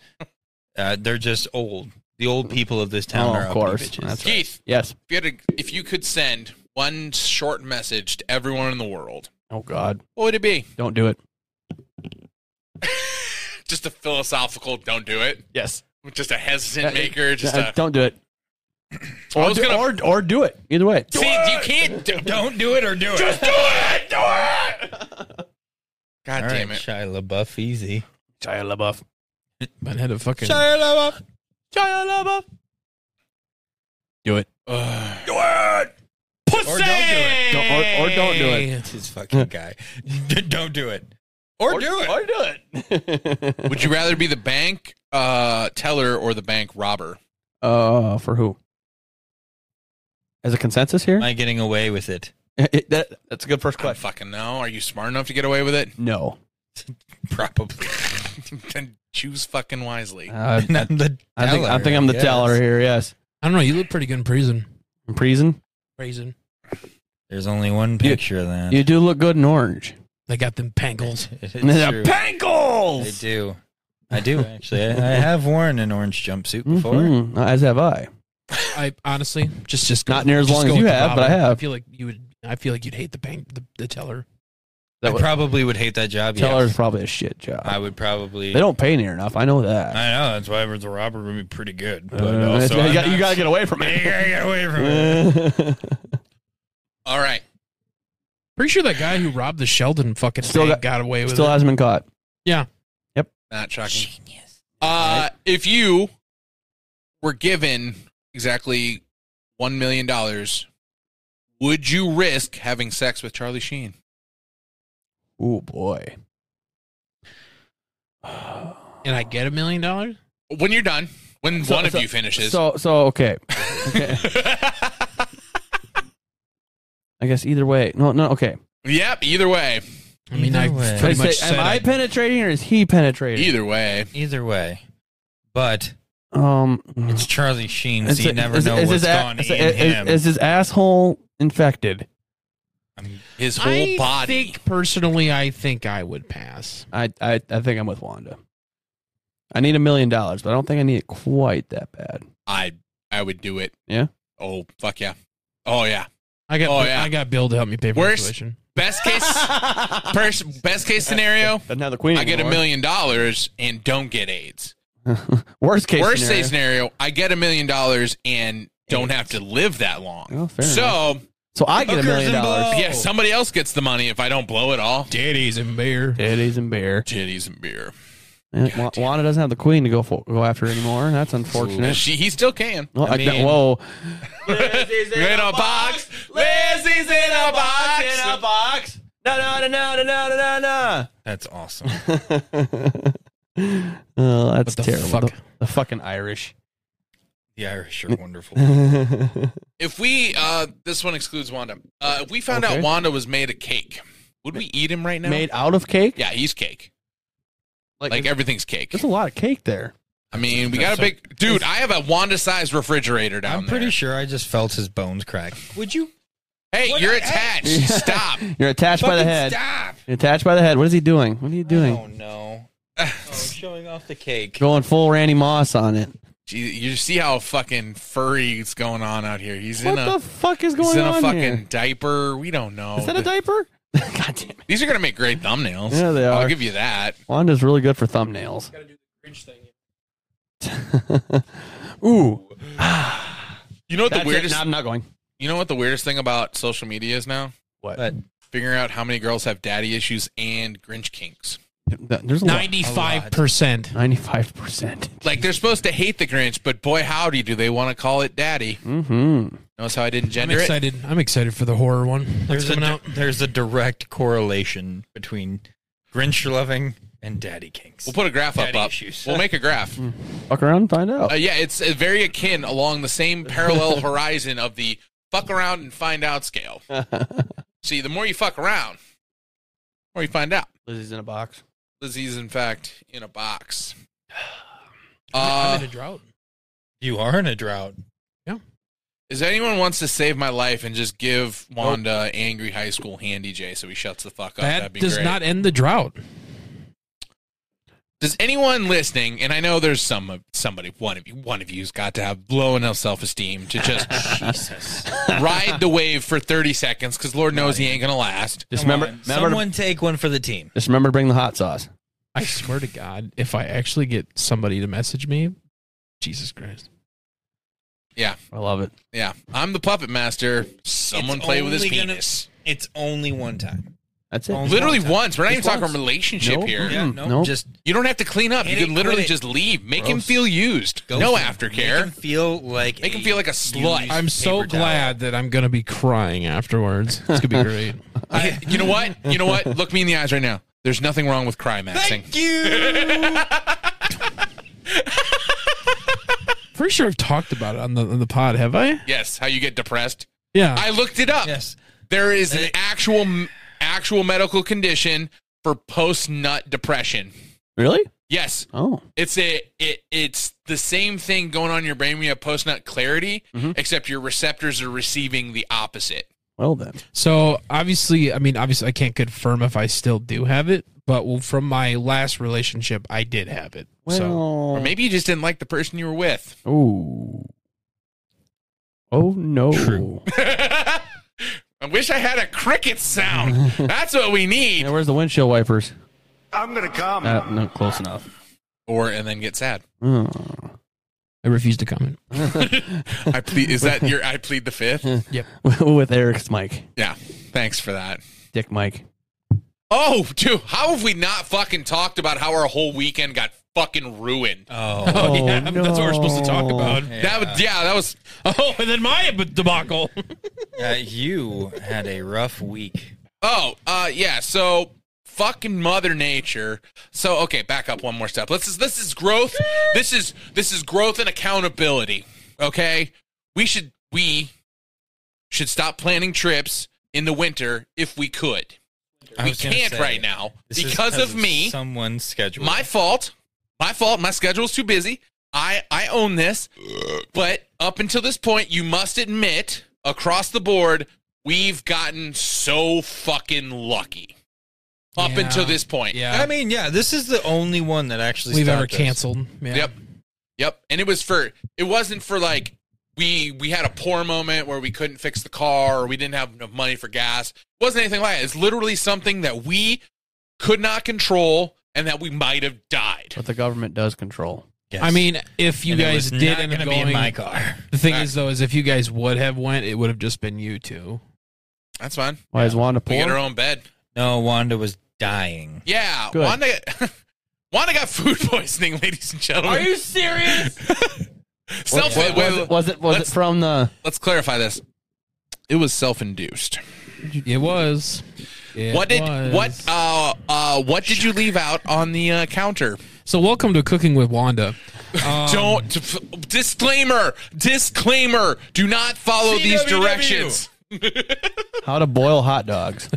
E: Uh, they're just old. The old people of this town
C: Oh,
E: are
C: of
E: uppity
C: course.
E: bitches.
C: That's right.
B: Keith,
C: Yes.
B: if you, had a, if you could send one short message to everyone in the world,
C: Oh God,
B: what would it be?
C: don't do it.
B: Just a philosophical don't do it.
C: Yes.
B: Just a hesitant
C: Uh,
B: maker. Just
C: Uh,
B: a,
C: don't do it.
B: I
C: Or
B: was
C: do,
B: gonna-
C: or, or do it. Either way.
B: See, you can't. Do,
E: Don't do it or do it.
B: just do it. Do it. God
E: All
B: damn
E: right,
B: it.
E: Shia LaBeouf, easy.
C: Shia LaBeouf.
A: but had a fucking
E: Shia LaBeouf.
C: Do it.
E: Or don't do it.
C: Don't, or, or don't do it.
E: It's his fucking guy. don't do it. Or, do it.
C: Or do it.
B: Would you rather be the bank uh, teller or the bank robber?
C: uh, for who? As a consensus here,
E: Am I getting away with it?
C: It- that, that's a good first
B: I don't
C: question.
B: fucking know. Are you smart enough to get away with it?
C: No.
E: Probably.
B: then choose fucking wisely.
C: Uh,
E: And I'm the
C: I think I
E: teller,
C: think I'm the
E: guess.
C: teller here. Yes.
A: I don't know. You look pretty good in prison.
C: In prison,
A: Prison.
E: There's only one picture of that.
C: you do look good in orange.
A: They got them pangles.
E: It's
C: Yeah,
E: true. I
C: Pangles.
E: do. I do actually. I, I have worn an orange jumpsuit before.
C: Mhm, As have I.
A: I honestly just just
C: Not near as
A: just
C: long as
A: go
C: you
A: with the
C: have, but
A: robber.
C: I have.
A: I feel like you would. I feel like you'd hate the bank, the, the teller.
C: That
E: I
C: was-
E: probably would hate that job.
C: Teller is
E: Yes.
C: probably a shit job.
E: I would probably.
C: they don't pay near enough. I know that.
E: I know that's why the robber would be pretty good. But
C: Uh,
E: also,
C: you,
E: I'm
C: got,
E: not-
C: to get away from
E: You
C: it.
E: gotta get away from it.
C: Still
B: All right.
A: Pretty sure that guy who robbed the Sheldon fucking
C: Still
A: bank
C: got-
A: got away with it.
C: hasn't been caught.
B: Not shocking. Uh, if you were given exactly $1 million, would you risk having sex with Charlie Sheen?
C: Oh boy.
A: and I get a million dollars.
B: When you're done, when
C: So-
B: one of
C: so-
B: you finishes.
C: So so okay. okay. I guess either way. No no okay.
B: yep, either way.
A: I mean,
E: Either
A: I
E: way.
A: pretty
C: Should I
A: much
C: say,
A: said
C: am I
A: I-
C: penetrating or is he penetrating?
B: Either way.
E: Either way, but
C: Um.
E: it's Charlie Sheen,
C: is
E: so you
C: it-
E: never
C: is-
E: know
C: is
E: what's
C: his a-
E: gone
C: is-
E: in
C: is-
E: him.
C: Is his asshole infected?
B: His whole
A: I
B: body.
A: think personally, I think I would pass.
C: I, I I think I'm with Wanda. I need a million dollars, but I don't think I need it quite that bad.
B: I I would do it.
C: Yeah?
B: Oh fuck yeah. Oh yeah.
A: I got
B: Oh, yeah.
A: I got Bill to help me pay for the
B: Worst-
A: tuition.
B: Best case pers- best case scenario,
C: Doesn't have the queen.
B: I get a
C: anymore.
B: million dollars and don't get AIDS.
C: Worst case.
B: Worst
C: scenario.
B: case scenario, I get a million dollars and don't have to live that long.
C: Oh, fair enough.
B: so
C: So I get a
E: Hookers
C: million
E: and
C: dollars.
E: blow.
B: yeah, somebody else gets the money if I don't blow it all.
A: Daddy's and beer.
C: Titties and beer.
B: Titties and beer.
C: Eh, Wa- Wanda doesn't have the queen to go for, go after anymore. That's unfortunate.
B: She, he still can.
C: Well,
E: I
C: I- that-
E: mean-
C: whoa.
F: Lizzie's in,
B: In
F: a
B: a box. Lizzie's in a box.
C: box. No, no, no, no, no, no, no,
E: That's awesome.
C: no. oh,
A: What
C: that's
A: the
C: terrible.
A: fuck?
C: The, the fucking Irish.
E: The Irish are wonderful.
B: If we uh this one excludes Wanda. Uh if we found
C: Okay.
B: out Wanda was made of cake, would we eat him right now?
C: Made out of cake?
B: yeah, he's cake.
C: Like,
B: Like everything's cake.
C: there's a lot of cake there.
B: I mean, we got a big dude. I have a Wanda-sized refrigerator down
E: I'm pretty
B: there.
E: sure I just felt his bones crack. Would you
B: Hey,
E: What
B: you're
E: the
B: attached. Stop.
C: You're attached by the
E: fucking
C: head.
E: stop?
C: You're attached by the head. What is he doing? What are you doing?
E: Oh no. showing off the cake.
C: Going full Randy Moss on it.
B: Gee, you see how fucking furry's going on out here. He's
C: What
B: in
C: the
B: a
C: fuck is
B: he's
C: going
B: in
C: on
B: a fucking
C: here?
B: diaper. We don't know.
C: Is that a diaper? God damn it.
B: These are gonna make great thumbnails.
C: Yeah, they
B: I'll
C: are.
B: give you that.
C: Wanda's really good for thumbnails. Ooh,
B: You know what
C: that's
B: the weirdest?
C: It. No, I'm not going.
B: you know what the weirdest thing about social media is now?
C: What?
E: What?
B: Figuring out how many girls have daddy issues and Grinch kinks.
C: There's
A: Ninety-five percent.
C: Ninety-five percent.
B: Like they're supposed to hate the Grinch, but boy howdy do they want to call it daddy.
C: Mm-hmm.
B: Notice how I didn't
A: I'm
B: gender it.
A: excited. I'm excited for the horror one that's
E: There's a,
A: coming out.
E: di- there's a direct correlation between Grinch loving and daddy kinks.
B: We'll put a graph up.
E: Daddy
B: up.
E: issues.
B: We'll make a graph.
C: Fuck around, and find out.
B: Uh, yeah, it's uh, very akin along the same parallel horizon of the fuck around and find out scale. See, the more you fuck around, the more you find out.
C: Lizzie's in a box.
B: Lizzie's, in fact, in a box.
A: I'm
B: Uh,
A: in a drought.
E: you are in a drought.
B: is anyone wants to save my life and just give Wanda angry high school handy J so he shuts the fuck up?
A: That
B: That'd be
A: does
B: great.
A: not end the drought.
B: Does anyone listening, and I know there's some of somebody, one of you, one of you's got to have low enough self esteem to just ride the wave for 30 seconds because Lord knows he ain't gonna last.
C: Just
E: Come
C: remember,
E: on,
C: remember
E: someone take one for the team.
C: just remember to bring the hot sauce.
A: I swear to God, if I actually get somebody to message me, Jesus Christ.
C: I love it.
B: Yeah, I'm the puppet master. Someone
E: It's
B: play with his
E: only gonna-
B: penis.
E: It's only one time.
C: That's it.
E: Oh,
B: Literally
E: Once.
B: once. We're not even
C: Just
B: talking
C: once.
B: relationship
C: No.
B: here.
E: Yeah,
C: Mm,
E: no,
C: nope.
E: just
B: You don't have to clean up. You
E: Hit it,
B: can literally
E: quit it.
B: just leave. Make him
C: Gross.
B: feel used.
E: go
B: no
E: for it. Make him
B: aftercare.
E: feel like
B: Make him feel like a slut.
A: I'm so
E: Paper towel.
A: glad that I'm going to be crying afterwards. It's going to be great.
B: I- you know what? You know what? Look me in the eyes right now. There's nothing wrong with cry maxing.
E: Thank you.
A: Pretty sure I've talked about it on the on the pod, have I?
B: Yes, how you get depressed.
A: Yeah.
B: I looked it up.
E: yes.
B: There is an actual actual medical condition for post nut depression.
C: Really?
B: Yes,
C: Oh,
B: It's a it it's the same thing going on in your brain when you have post nut clarity,
C: Mhm.
B: except your receptors are receiving the opposite.
C: well then.
A: So obviously, I mean, obviously, I can't confirm if I still do have it, but well, from my last relationship, I did have it.
C: Well,
A: so
B: Or maybe you just didn't like the person you were with.
C: Ooh. Oh no.
E: True.
B: I wish I had a cricket sound. That's what we
C: Yeah,
B: need.
C: where's the windshield wipers?
G: I'm gonna come.
C: Uh, no, close enough.
B: Or and then get sad.
C: Oh.
A: I refuse to comment.
B: I plead. Is that your? I plead the fifth.
C: With Eric's mic,
B: Yeah. Thanks for that.
C: Dick Mike.
B: Oh, dude, how have we not fucking talked about how our whole weekend got fucking ruined?
E: Oh,
A: Oh, yeah, that's what we're supposed to talk
C: no.
A: about.
B: That was yeah. That was
A: Oh, and then my debacle.
E: uh, you had a rough week.
B: Oh, uh, yeah. So fucking Mother Nature. So okay, back up one more step. This is this is growth. This is this is growth and accountability. Okay, we should we should stop planning trips in the winter if we could.
E: I
B: We
E: was gonna
B: can't
E: say,
B: right now
E: this is
B: because of me.
E: Someone's schedule.
B: My fault. My fault. My schedule's too busy. I I own this. But up until this point, you must admit across the board, we've gotten so fucking lucky. Up
A: Yeah.
B: until this point.
A: yeah,
E: I mean, yeah, this is the only one that actually
A: we've ever
E: stopped us.
A: canceled. Yeah.
B: Yep. Yep. And it was for it wasn't for like we we had a poor moment where we couldn't fix the car or we didn't have enough money for gas. It wasn't anything like that. It's literally something that we could not control and that we might have died.
C: What the government does control.
E: Yes.
A: I mean, if you
E: And it
A: guys
E: was
A: did
E: not
A: end up
E: gonna
A: going,
E: be in my car.
A: the thing is though, is if you guys would have went, it would have just been you two.
B: That's fine.
C: Why is Wanda
B: We get our
C: poor?
B: own bed.
E: No, Wanda was dying.
B: Yeah,
C: Good.
B: Wanda. Wanda got food poisoning, ladies and gentlemen.
F: serious?
B: self? wait,
C: What- was it was, it, was it
B: let's-
C: from the?
B: Let's clarify this. It was self-induced.
A: It was. It
B: what did
A: was.
B: what uh uh what did you leave out on the uh, counter?
A: So welcome to Cooking with Wanda. Um,
B: Don't t- f- disclaimer. Disclaimer. Do not follow these
E: CWW.
B: directions.
C: How to boil hot dogs?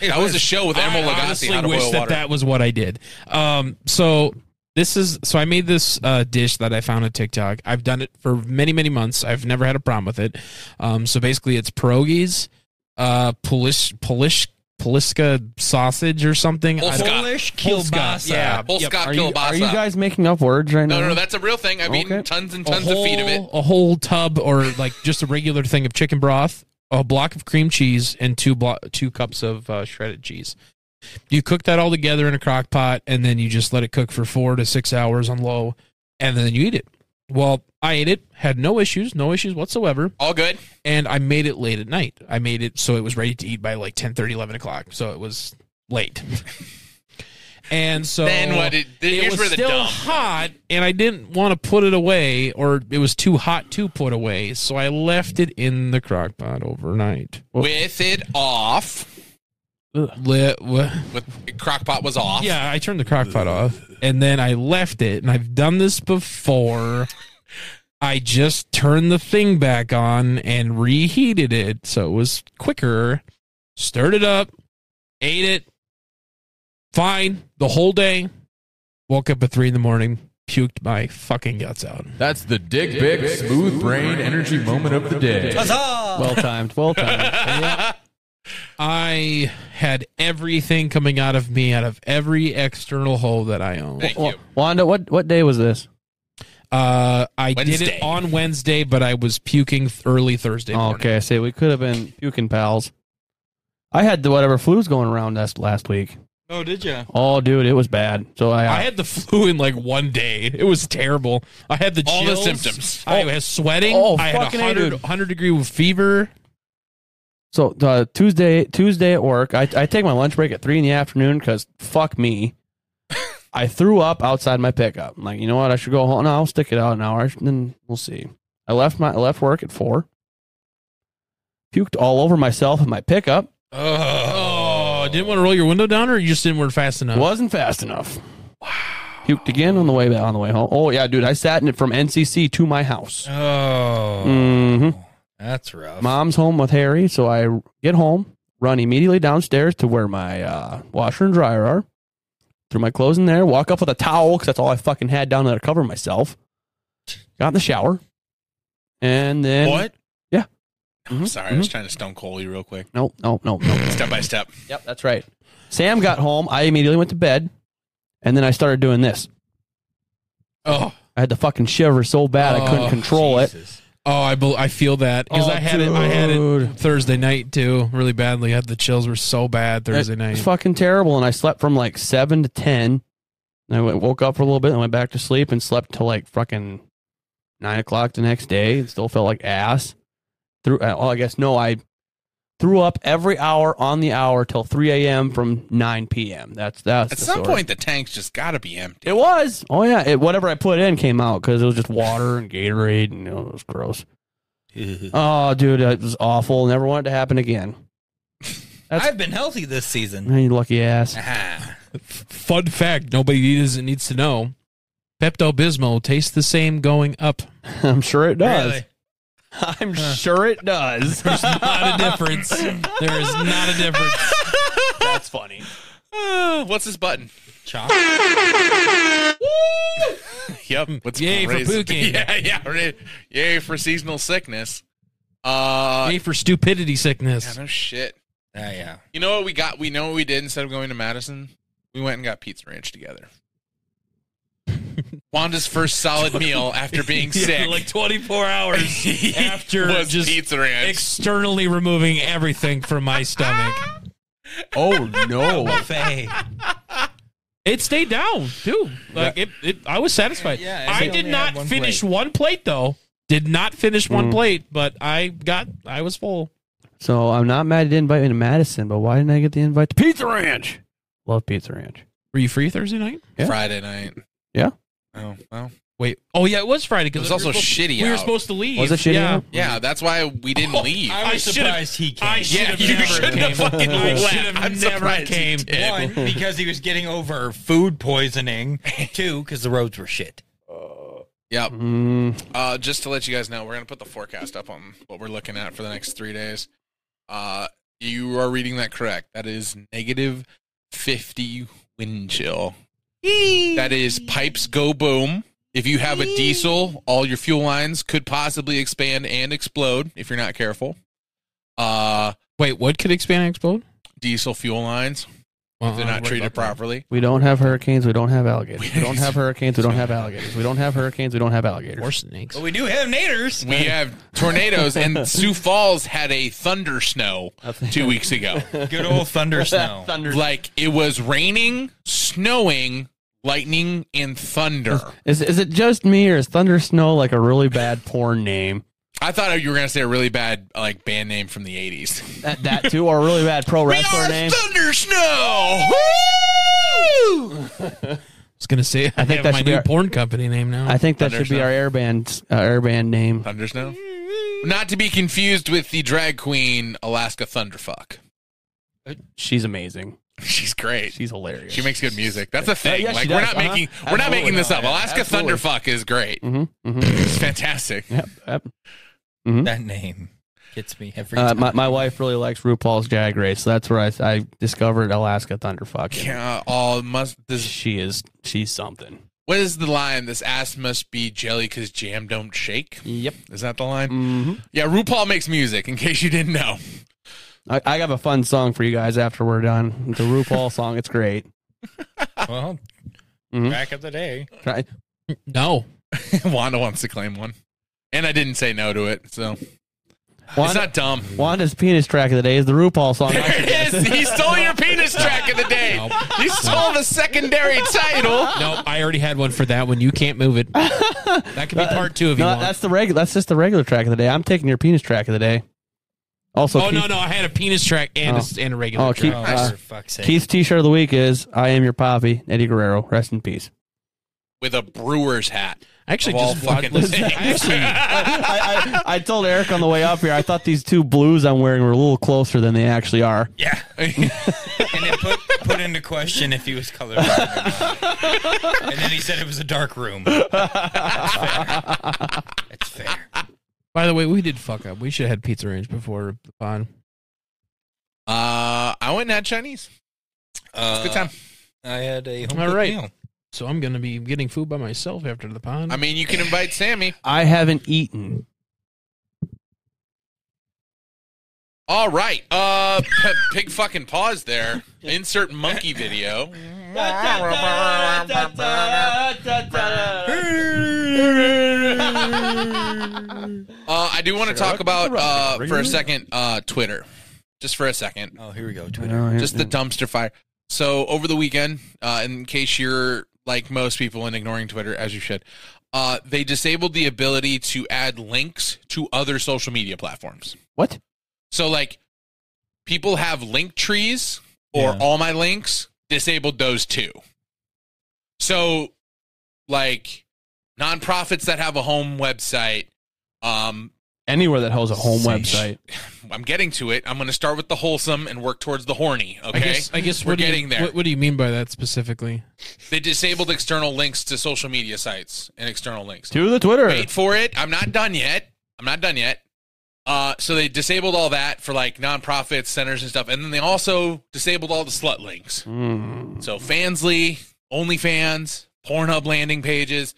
B: That was a show with Emeril
A: I
B: Lagasse.
A: honestly
B: How to
A: wish
B: boil
A: that
B: water.
A: that was what I did. Um, so this is so I made this uh, dish that I found on TikTok. I've done it for many many months. I've never had a problem with it. Um, so basically, it's pierogies, uh, Polish Polish Poliska sausage or something. I don't-
B: Polska.
D: Polish
A: Polska,
D: kielbasa.
A: Yeah.
B: Bull Scott
C: Are you, are you
B: Kielbasa.
C: guys making up words right
B: No,
C: now?
B: no, no, that's a real thing. I've eaten
C: Okay.
B: tons and
A: a
B: tons of feet of it.
A: whole- A whole tub or like just a regular thing of chicken broth, a block of cream cheese, and two blo- two cups of uh, shredded cheese. You cook that all together in a crock pot, and then you just let it cook for four to six hours on low, and then you eat it. Well, I ate it, had no issues, no issues whatsoever,
B: All good.
A: and I made it late at night. I made it so it was ready to eat by like 10, 11 o'clock. So it was late. and so
B: then what? It,
A: it
B: here's
A: was
B: where the
A: still
B: dumb.
A: hot, and I didn't want to put it away, or it was too hot to put away, so I left it in the crock pot overnight.
B: With it off,
A: Li- wha-
B: with crockpot was off.
A: yeah, I turned the crock pot off, and then I left it, and I've done this before. I just turned the thing back on and reheated it, so it was quicker. Stirred it up, ate it, fine the whole day. Woke up at three in the morning, puked my fucking guts out.
G: That's the Dick Big Smooth Brain Energy Moment of the Day.
E: Huzzah!
C: Well timed. Well timed.
A: I had everything coming out of me out of every external hole that I own.
B: Thank
C: Wa-
B: you.
C: Wanda, what, what day was this?
A: Uh, I did
B: Wednesday.
A: it on Wednesday, but I was puking th- early Thursday morning.
C: okay, I see. We could have been puking pals. I had the whatever flu's going around us last week.
E: Oh, did you?
C: Oh, dude, it was bad. So I,
A: I had the flu in like one day. It was terrible. I had the
B: All the
A: chills.
B: symptoms.
A: I was sweating.
C: Oh,
A: I had a
C: fucking A,
A: 100,
C: dude.
A: 100 degree fever.
C: So uh, Tuesday, Tuesday at work, I, I take my lunch break at three in the afternoon because fuck me, I threw up outside my pickup. I'm like, you know what? I should go home. No, I'll stick it out an hour, and then we'll see. I left my I left work at four, puked all over myself in my pickup.
A: Oh, didn't want to roll your window down, or you just didn't work fast enough.
C: wasn't fast enough. Puked again on the way on the way home. Oh yeah, dude, I sat in it from NCC to my house.
E: Oh,
C: hmm
E: that's rough.
C: Mom's home with Harry, so I get home, run immediately downstairs to where my uh, washer and dryer are, threw my clothes in there, walk up with a towel because that's all I fucking had down there to cover myself. Got in the shower, and then
B: What?
C: Yeah.
B: I'm
C: Mhm,
B: sorry, I was
A: Mm-hmm.
B: trying to stone cold you real quick.
C: No, no, no, no.
B: Step by step.
C: yep, that's right. Sam got home. I immediately went to bed, and then I started doing this.
A: Oh,
C: I had to fucking shiver so bad I couldn't
A: Oh,
C: control it.
A: oh, I bel I feel that because
C: Oh,
A: I had it. I had it
C: dude.
A: Thursday night too, really badly. I had the chills were so bad Thursday
C: It
A: night.
C: was fucking terrible, and I slept from like seven to ten. And I went, woke up for a little bit, and went back to sleep, and slept till like fucking nine o'clock the next day, and still felt like ass. Through, uh, well, I guess no, I threw up every hour on the hour till three a.m. from nine p.m. That's that's
B: At
C: the
B: some
C: story.
B: point, the tank's just got to be empty.
C: It was. Oh yeah, it, whatever I put in came out because it was just water and Gatorade, and you know, it was gross. oh, dude, it was awful. Never want it to happen again. That's-
E: I've been healthy this season.
C: You lucky ass.
E: Ah,
A: Fun fact: Nobody needs needs to know. Pepto Bismol tastes the same going up.
C: I'm sure it does.
E: really?
C: I'm sure it does.
A: There's not a difference. There is not a difference.
C: That's funny.
B: Uh, what's this button?
E: Chop.
B: Yep. What's
A: Yay for
B: crazy-
A: puking.
B: Yeah, yeah. right. Yay for seasonal sickness. Uh,
A: Pay for stupidity
B: yeah,
A: sickness.
B: no shit.
E: Ah, yeah.
B: You know what we got? We know what we did instead of going to Madison. We went and got Pizza Ranch together. Wanda's first solid meal after being
A: Yeah,
B: sick
A: like 24 hours after
B: was
A: just
B: Pizza Ranch.
A: externally removing everything from my stomach.
G: Oh no.
E: Buffet.
A: It stayed down too. Like it, it I was satisfied.
E: Yeah,
A: I
E: it
A: did
E: only
A: not
E: had one
A: finish one plate though. Did not finish one plate, but I got I was full.
C: So I'm not mad you didn't invite me to Madison, but why didn't I get the invite to Pizza Ranch? Love Pizza Ranch.
A: Were you free Thursday night?
C: Yeah.
B: Friday night.
C: Yeah.
B: Oh well.
A: Wait. Oh yeah, it was Friday
B: It
A: because
B: was also
A: supposed,
B: shitty.
A: We were
B: out.
A: supposed to leave.
C: Was it shitty
A: Yeah.
C: out?
B: Yeah, that's why we didn't leave.
A: I was surprised
E: he came.
A: I should
B: yeah,
A: have
B: you
A: never
B: shouldn't
A: came.
B: have fucking
A: I
B: left.
A: should have
B: I'm
A: never
B: surprised you
A: came.
B: did.
E: One, because he was getting over food poisoning. Two, because the roads were shit.
B: Yep.
C: Mm,
B: Uh, just to let you guys know, we're gonna put the forecast up on what we're looking at for the next three days. Uh, you are reading that correct. That is negative fifty wind chill. That is pipes go boom. If you have a diesel, all your fuel lines could possibly expand and explode if you're not careful. Uh,
A: Wait, what could expand and explode?
B: diesel fuel lines. if
C: Uh,
B: They're not treated properly.
C: We don't have hurricanes. We don't have alligators. We
B: We-
C: don't have hurricanes. We don't have alligators. We don't have hurricanes. We don't have alligators.
A: Or snakes.
E: But we do have naders.
B: We have tornadoes, and Sioux Falls had a thunder snow two weeks ago.
E: Good old thunder snow.
C: Thunder.
B: Like it was raining, snowing, lightning, and thunder.
C: Is, is it just me or is Thunder Snow like a really bad porn name?
B: I thought you were gonna say a really bad like band name from the eighties.
C: That, that too, or a really bad pro
B: We
C: wrestler
B: are
C: name?
B: Thunder Snow. Woo!
A: was gonna say I, think
C: think that
A: that's my
C: should be
A: new
C: our-
A: porn company name now.
C: I think that
B: Thunder
C: should be our airband uh, airband name.
B: Thunder Snow. Not to be confused with the drag queen Alaska Thunderfuck.
C: She's amazing.
B: She's great.
C: She's hilarious.
B: She makes good music. That's a thing.
C: yeah,
B: like
C: she
B: we're
C: does.
B: not
C: Uh-huh.
B: making we're not
C: Absolutely
B: making this
C: not.
B: up.
C: Yeah,
B: Alaska
C: absolutely.
B: Thunderfuck is great.
C: hmm hmm
B: It's fantastic.
C: Yep. yep.
E: that name gets me every
C: Uh,
E: time.
C: my, my wife really likes RuPaul's Jag Race. So that's where I, I discovered Alaska Thunderfuck.
B: Yeah, all must this
C: She is she's something.
B: what is the line? This ass must be jelly cause jam don't shake.
C: Yep.
B: Is that the
A: Mm.
B: line?
C: hmm
B: Yeah, RuPaul makes music, in case you didn't know.
C: I, I have a fun song for you guys after we're done. It's a RuPaul song. It's great.
E: well,
C: Mhm.
E: back of the day.
C: Try-
A: no.
B: Wanda wants to claim one. And I didn't say no to it, so it's
C: Wanda-
B: not dumb.
C: Wanda's penis track of the day is the RuPaul song.
B: There it is. He stole your penis track of the day.
A: Nope.
B: He stole the secondary title.
A: No, I already had one for that one. You can't move it. That could be part two if you
C: No,
A: want.
C: that's the regular. That's just the regular track of the day. I'm taking your penis track of the day. Also,
A: oh
C: Keith,
A: no, no, I had a penis track and a, s- and a regular.
C: Oh,
A: track.
C: keep-
E: Oh,
C: Uh,
E: for fuck's sake.
C: Keith's T-shirt of the week is "I am your poppy, Eddie Guerrero. Rest in peace."
B: With a brewer's hat.
A: I actually
B: Of all
A: just
B: fucking
A: bought-
B: things.
A: I actually,
C: I, I, I told Eric on the way up here. I thought these two blues I'm wearing were a little closer than they actually are.
E: yeah.
B: Uh,
E: and it put, put into question if he was colorblind or not. And then he said it was a dark room. That's fair. That's fair.
A: by the way, we did fuck up. We should have had pizza range before the pod.
B: Uh, I went and had Chinese.
E: Uh,
B: Good time.
E: I had a home
A: All
E: cooked
A: right.
E: meal.
A: So I'm gonna be getting food by myself after the pod.
B: I mean, you can invite Sammy.
C: I haven't eaten.
B: All right. Uh, p- big fucking pause there. Insert monkey video. Uh, I do want to talk about uh, for a second uh, Twitter, just for a second.
E: Oh, here we go. Twitter.
B: just the dumpster fire. So over the weekend, uh, in case you're like most people and ignoring Twitter as you should, uh, they disabled the ability to add links to other social media platforms.
C: what?
B: So like, people have link trees or
E: Yeah.
B: all my links disabled those too. So, like, nonprofits that have a home website, um,
C: Anywhere that holds a home
E: Say
C: website.
B: I'm getting to it. I'm going to start with the wholesome and work towards the horny. Okay.
A: I guess, I guess
B: We're
A: what do you-
B: getting there.
A: What, what do you mean by that specifically?
B: They disabled external links to social media sites and external links.
C: To the Twitter.
B: Wait for it. I'm not done yet. I'm not done yet. Uh, so they disabled all that for like nonprofits, centers, and stuff. And then they also disabled all the slut links.
C: Mm.
B: So Fansly, OnlyFans, Pornhub landing pages,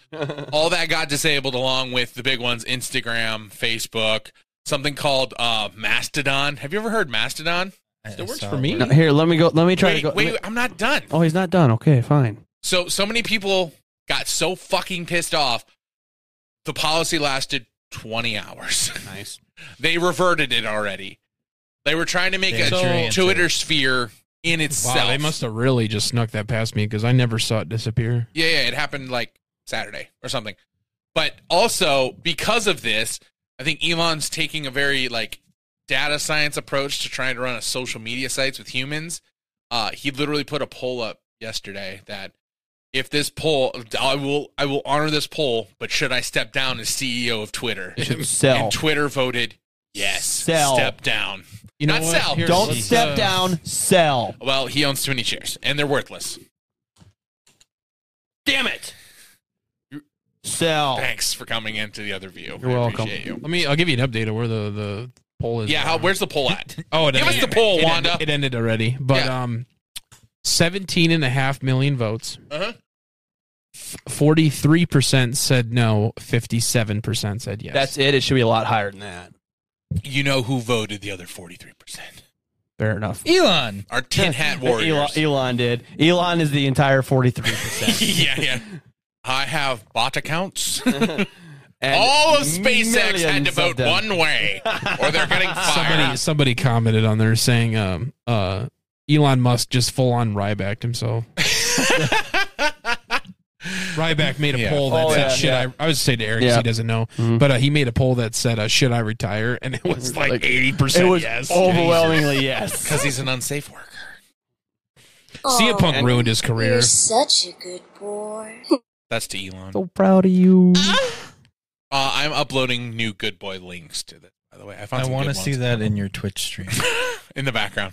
B: all that got disabled along with the big ones Instagram, Facebook, something called uh, Mastodon. Have you ever heard Mastodon?
E: It
A: works for me.
C: No, here, let me go. Let me try to
B: Wait,
C: go. let
B: wait,
C: me-
B: I'm not done.
C: oh, he's not done. Okay, fine.
B: So so many people got so fucking pissed off. The policy lasted 20 hours.
C: Nice.
B: they reverted it already. They were trying to make
E: They
B: a
E: had your answer.
B: Twitter sphere in
A: Wow,
B: itself.
A: they must have really just snuck that past me because I never saw it disappear.
B: Yeah, yeah, it happened like Saturday or something. But also because of this, I think Elon's taking a very like data science approach to trying to run a social media sites with humans. Uh, he literally put a poll up yesterday that if this poll, I will I will honor this poll, but should I step down as CEO of Twitter?
C: Sell.
B: And Twitter voted yes.
C: Sell.
B: Step down.
A: You know
B: Not
A: what?
B: sell.
A: Here,
C: Don't
A: let's,
C: step
A: uh,
C: down. Sell.
B: Well, he owns too many shares, and they're worthless. Damn it!
C: Sell.
B: Thanks for coming into the other view.
C: Oh. You're
B: I
C: welcome.
B: Appreciate you.
A: Let me. I'll give you an update of where the the poll is.
B: Yeah, how, where's the poll at?
A: Oh, it
B: Give us
A: ended.
B: the poll,
A: It
B: Wanda.
A: ended, it ended already, but um, 17 and a half million votes.
B: Uh-huh.
A: 43% said no, 57% said yes.
C: That's it. It should be a lot higher than that.
B: You know who voted the other 43%?
C: Fair enough.
D: Elon.
B: Our tin hat
C: Elon,
B: warriors.
C: Elon did. Elon is the entire 43%.
B: yeah, yeah. I have bot accounts.
C: And
B: All of SpaceX had
C: millions
B: to
C: of
B: vote
C: them.
B: one way, or they're getting
A: Somebody
B: fired.
A: somebody commented on there saying um uh Elon Musk just full on Rybacked himself. Ryback made a
B: Yeah.
A: poll that
C: Oh,
A: said,
C: yeah,
A: "Should
C: yeah.
A: I?" I would say to Eric, 'cause
C: Yeah.
A: he doesn't know,
C: Mhm.
A: but uh, he made a poll that said, uh, "Should I retire?" And it was like
C: Mm-hmm. Like,
A: eighty
C: It
A: percent
C: was
A: yes.
C: overwhelmingly yes.
B: Because he's an unsafe worker.
A: Sia Punk
C: Oh, And-
A: ruined his career.
H: Oh, You're such a good boy.
B: That's to Elon. Uh,
C: So proud of you.
B: Ah. I'm uploading new Good Boy links to this. By the way, I found.
E: I
B: want to
E: see that in your Twitch stream.
B: in the background.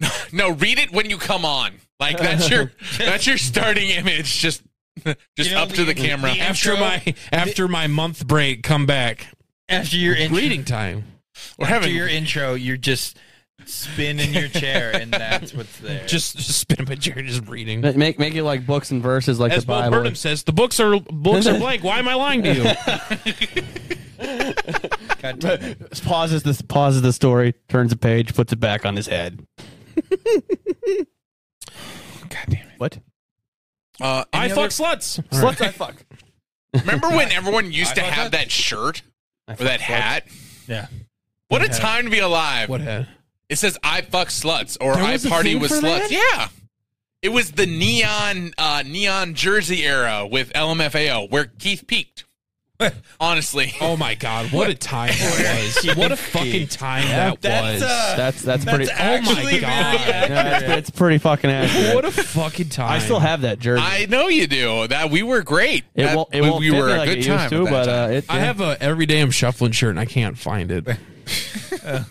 B: No, no, read it when you come on. Like that's your that's your starting image. Just just
E: You know,
B: up to the
E: the-
B: camera.
E: the-
A: After
E: Intro.
A: my after my month break, come back.
E: After your intro,
A: Reading time.
B: We're
E: after
B: having
E: your intro, you're just spin in your chair, and that's what's there.
A: Just, just spin up a chair, just reading.
C: Ma- Make make it like books and verses, like
A: As
C: the
A: Bo
C: Bible.
A: Burnham says, the books are books are blank. Why am I lying to you?
E: God damn it.
C: pauses this pauses the story, turns a page, puts it back on his head.
B: God damn it.
C: What?
B: Uh,
A: I
B: any
A: fuck
B: other-
A: sluts.
C: Sluts I fuck.
B: Remember when everyone used to
E: I fuck
B: have
E: that-
B: that shirt or that hat?
E: Yeah.
B: What a
A: What hat?
B: time to be alive.
A: What head?
B: It says I fuck sluts or
A: There
B: I
A: was a
B: party
A: thing
B: with
A: for
B: sluts. Yeah. It was the neon uh, neon jersey era with LMFAO where Keith peaked. Honestly.
A: Oh my god, what a time that was. What a fucking time that
E: That's
A: was.
E: uh,
C: That's that's,
E: that's
C: pretty.
A: oh my
E: actually very
A: God.
E: accurate.
C: Yeah, it's, it's pretty fucking accurate.
A: what a fucking time.
C: I still have that jersey.
B: I know you do. That we were great.
C: it
B: That-
C: won't. It
B: we-
C: won't
B: we
C: fit
B: were
C: me
B: a
C: like
B: good
C: it
B: time
C: used
B: at
C: to,
B: that
C: but
B: time.
C: uh, it,
A: I have a everyday I'm shuffling shirt and I can't find it. Oh,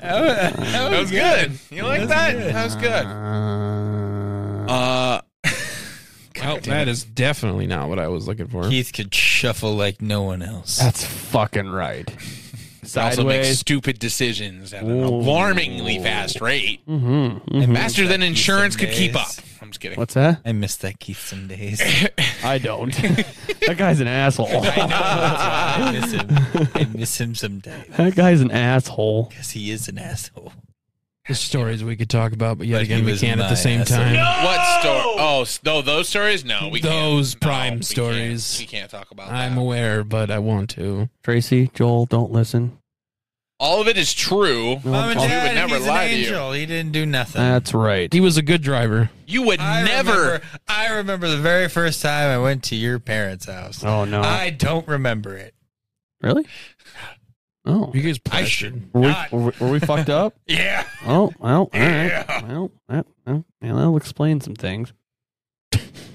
B: That was good. You like that? That was good.
C: Uh,
B: Uh,
A: Oh, that is definitely not what I was looking for.
E: Keith could shuffle like no one else.
C: that's fucking right.
B: also make
C: Sideways.
B: stupid decisions at an
C: Ooh.
B: alarmingly fast rate,
C: Mhm, mhm.
B: faster than insurance could keep up.
E: days.
B: I'm just kidding.
C: What's that?
E: I miss that Keith some days.
C: I don't. that guy's an asshole.
E: I know. That's why I miss him. I miss him some days
C: That guy's an asshole.
E: because he is an asshole.
A: There's stories we could talk about, but yet
E: But
A: again
E: he
A: we
E: was
A: can't at
E: my
A: the same
E: asshole.
A: time.
B: What story? Oh, s- no, those stories? No, we
A: Those
B: can't. No,
A: prime
B: we can't.
A: stories.
B: We can't talk about
A: I'm
B: that.
A: aware, but I want to.
C: Tracy, Joel, don't listen.
B: All of it is true.
C: No,
E: Mom and
C: I'll-
E: Dad,
B: You would
E: he's
B: never
E: an
B: lie to you.
E: angel. He didn't do nothing.
D: Uh,
C: That's right.
A: He was a good driver.
B: You would
E: I
B: never.
E: Remember, I remember the very first time I went to your parents' house.
C: Oh no!
E: I don't remember it.
C: really? Oh,
A: You guys
E: I
A: pressured.
C: were we,
E: not.
C: were, we- were we fucked up?
E: Yeah.
C: Oh well, all right.
E: Yeah.
C: Well, that, well, yeah, that'll explain some things.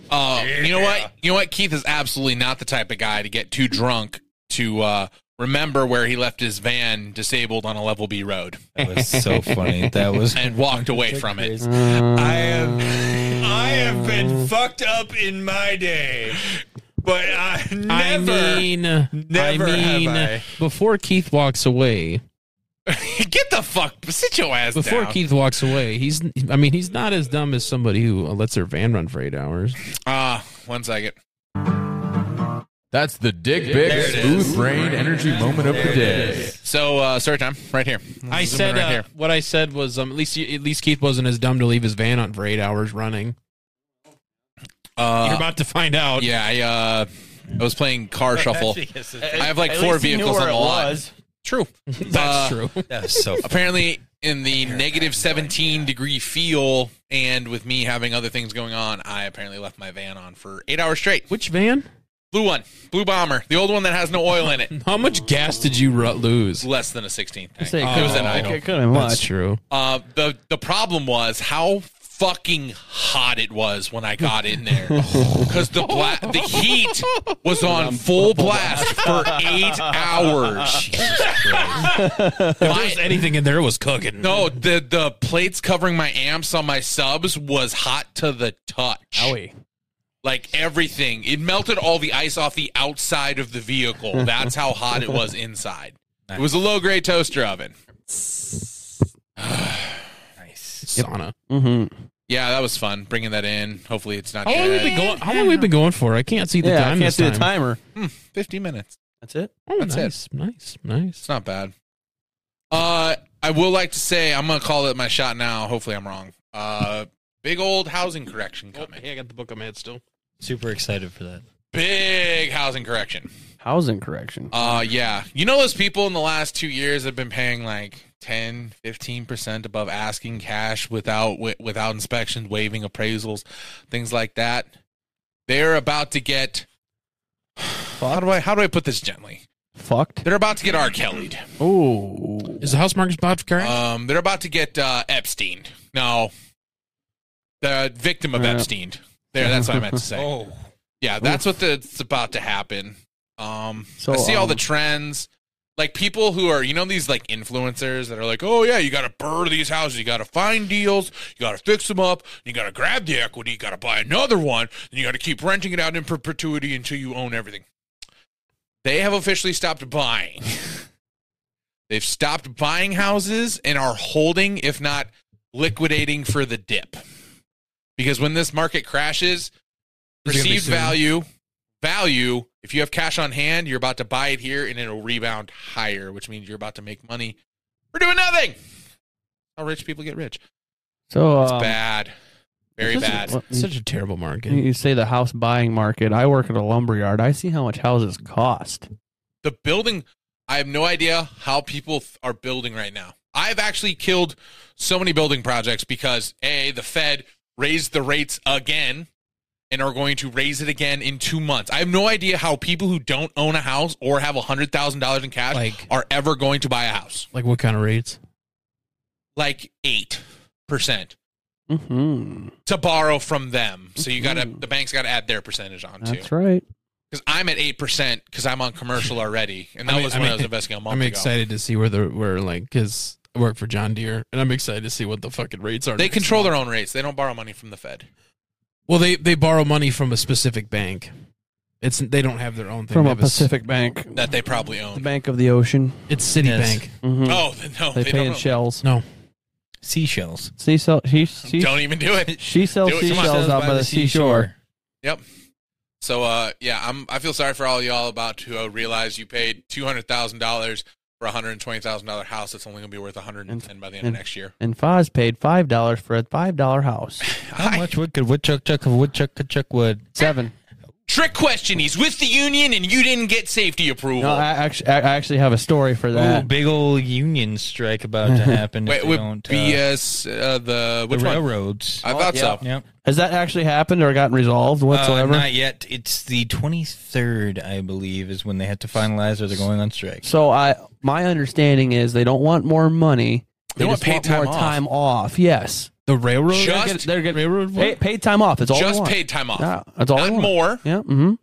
B: Uh, You know
E: Yeah.
B: what? You know what? Keith is absolutely not the type of guy to get too drunk to uh, remember where he left his van disabled on a level B road
E: That was so funny. That was.
B: and walked away from it.
C: I
E: have- I have been fucked up in my day, but I never.
A: I mean, I
E: never have
A: mean,
E: I.
A: before Keith walks away,
B: get the fuck sit your ass
A: before
B: down.
A: Keith walks away, he's. I mean, he's not as dumb as somebody who lets their van run for eight hours.
B: Ah, one second.
G: That's the Dick
E: There
G: Big
E: it is.
G: Smooth Brain Energy Moment of the Day.
B: So uh, story time right here.
A: I
B: Zoom
A: said
B: in
A: uh,
B: right here.
A: what I said was um, at least at least Keith wasn't as dumb to leave his van on for eight hours running. You're
B: Uh,
A: about to find out.
B: yeah, I uh, I was playing car shuffle. I have like four vehicles on the lot. True.
A: That's
B: Uh,
A: true.
E: That's so. Funny.
B: apparently in the negative 17 degree feel and with me having other things going on i apparently left my van on for eight hours straight
A: Which van?
B: blue one blue bomber the old one that has no oil in it
A: How much gas did you ru-
B: It's
A: lose?
B: less than a 16 tank.
C: Say,
B: it
C: could've-
B: was an
A: oh,
B: idle
C: It couldn't
A: That's
C: much.
A: true.
B: uh, the, the problem was how fucking hot it was when i got in there because the bla- the heat was on full blast for eight hours
A: If there was anything in there, it was cooking.
B: no the, the plates covering my amps on my subs was hot to the touch
A: Oh,
C: Owie.
B: like everything. It melted all the ice off the outside of the vehicle. That's how hot it was inside. It was a low grade toaster oven.
A: sauna.
C: Mm-hmm.
B: Yeah, that was fun bringing that in. Hopefully, it's not
A: How long have we
B: dead.
A: been going? How long have we been going for? I can't see the
C: Yeah, I
A: time.
C: can't
A: this
C: see
A: time.
C: the timer.
B: Fifty minutes.
C: That's it.
A: Oh,
B: That's it.
A: nice, nice,
B: It's
A: nice.
B: not bad. Uh, I will like to say I'm gonna call it my shot now. Hopefully, I'm wrong. Uh, big old housing correction coming.
A: I got the book I'm at still.
D: Super excited for that.
B: Big housing correction.
C: Housing correction.
B: Uh, yeah. You know those people in the last two years have been paying like 10, 15 percent above asking cash without wi- without inspections, waiving appraisals, things like that. They're about to get. How do I how do I put this gently?
C: Fucked.
B: They're about to get R. Kelly'd.
C: Ooh.
A: Is the house market spot correct?
B: Um, they're about to get uh, Epstein. No, the victim of
C: Yeah.
B: Epstein. There, that's what I meant to say.
E: Oh,
B: Yeah, that's what the, it's about to happen. Um,
C: So,
B: I see all the
C: um,
B: trends, like people who are, you know, these like influencers that are like, oh yeah, you got to burn these houses, you got to find deals, you got to fix them up, you got to grab the equity, you got to buy another one, and you got to keep renting it out in perpetuity until you own everything. They have officially stopped buying. They've stopped buying houses and are holding, if not liquidating, for the dip. Because when this market crashes,
A: It's gonna be
B: perceived
A: soon.
B: value, value, if you have cash on hand, you're about to buy it here and it'll rebound higher, which means you're about to make money. We're doing nothing. How rich people get rich.
C: So
B: It's
C: um,
B: bad. Very
C: this is-
B: bad.
C: what-
A: Such a terrible market.
C: you say the house buying market. I work at a lumberyard. I see how much houses cost.
B: the building i have no idea how people th- are building right now i've actually killed so many building projects because a the fed raised the rates again and are going to raise it again in two months i have no idea how people who don't own a house or have $100000 in cash
A: Like-
B: are ever going to buy a house
A: Like what kind of rates?
B: like 8%
C: hmm
B: to borrow from them so you gotta
C: Mhm.
B: the bank's gotta add their percentage on too
C: That's right.
B: because i'm at 8% because i'm on commercial already and that
A: I'm-
B: was
A: I'm-
B: when i was investing a month
A: I'm
B: ago
A: excited to see where the where like because I work for John Deere and I'm excited to see what the fucking rates are.
B: they
A: next
B: control
A: month.
B: their own rates they don't borrow money from the fed
A: Well, they they borrow money from a specific bank. It's they don't have their own thing.
C: From
A: They
C: a
A: have s-
C: Pacific bank,
B: that they probably own.
C: the bank of the ocean.
A: It's Citibank.
C: Mhm.
B: Oh no,
C: they,
B: they,
C: pay
B: don't.
C: in
B: know.
C: shells.
A: No,
E: seashells.
C: She sell. She she,
B: Don't even do it.
C: she sells
B: Do it. Come on.
C: seashells out by the seashore.
B: Yep. So uh, yeah, I'm. I feel sorry for all y'all about who uh, realize you paid two hundred thousand dollars for a hundred and twenty thousand dollar house that's only gonna be worth one hundred and ten by the end of
C: And-
B: next year.
C: And Foz paid five dollars for a five dollar house.
B: Hi.
D: How much wood could woodchuck chuck of woodchuck could chuck wood?
C: Seven.
B: Trick question. He's with the union and you didn't get safety approval.
C: No, I actually, I actually have a story for
E: Ooh,
C: that.
E: big old union strike about to happen if
B: Wait,
E: they
B: with
E: don't. Uh,
B: BS uh, the
E: the
B: which one? Uh,
E: railroads.
B: I thought so.
E: Yep.
C: Has that actually happened or gotten resolved whatsoever?
E: Uh, not yet. It's the 23rd, I believe, is when they have to finalize or they're going on strike.
C: So I, my understanding is they don't want more money.
B: They
C: They,
B: want
C: just
B: paid time
C: want more
B: off.
C: time off. Yes,
A: the railroad.
B: Just-
C: they're getting, they're getting
A: railroad.
C: pay- paid time off. It's all they
B: Just
C: want.
B: paid time off.
C: Yeah, that's all they
B: Not
C: want.
B: more.
C: Yeah. Mm-hmm.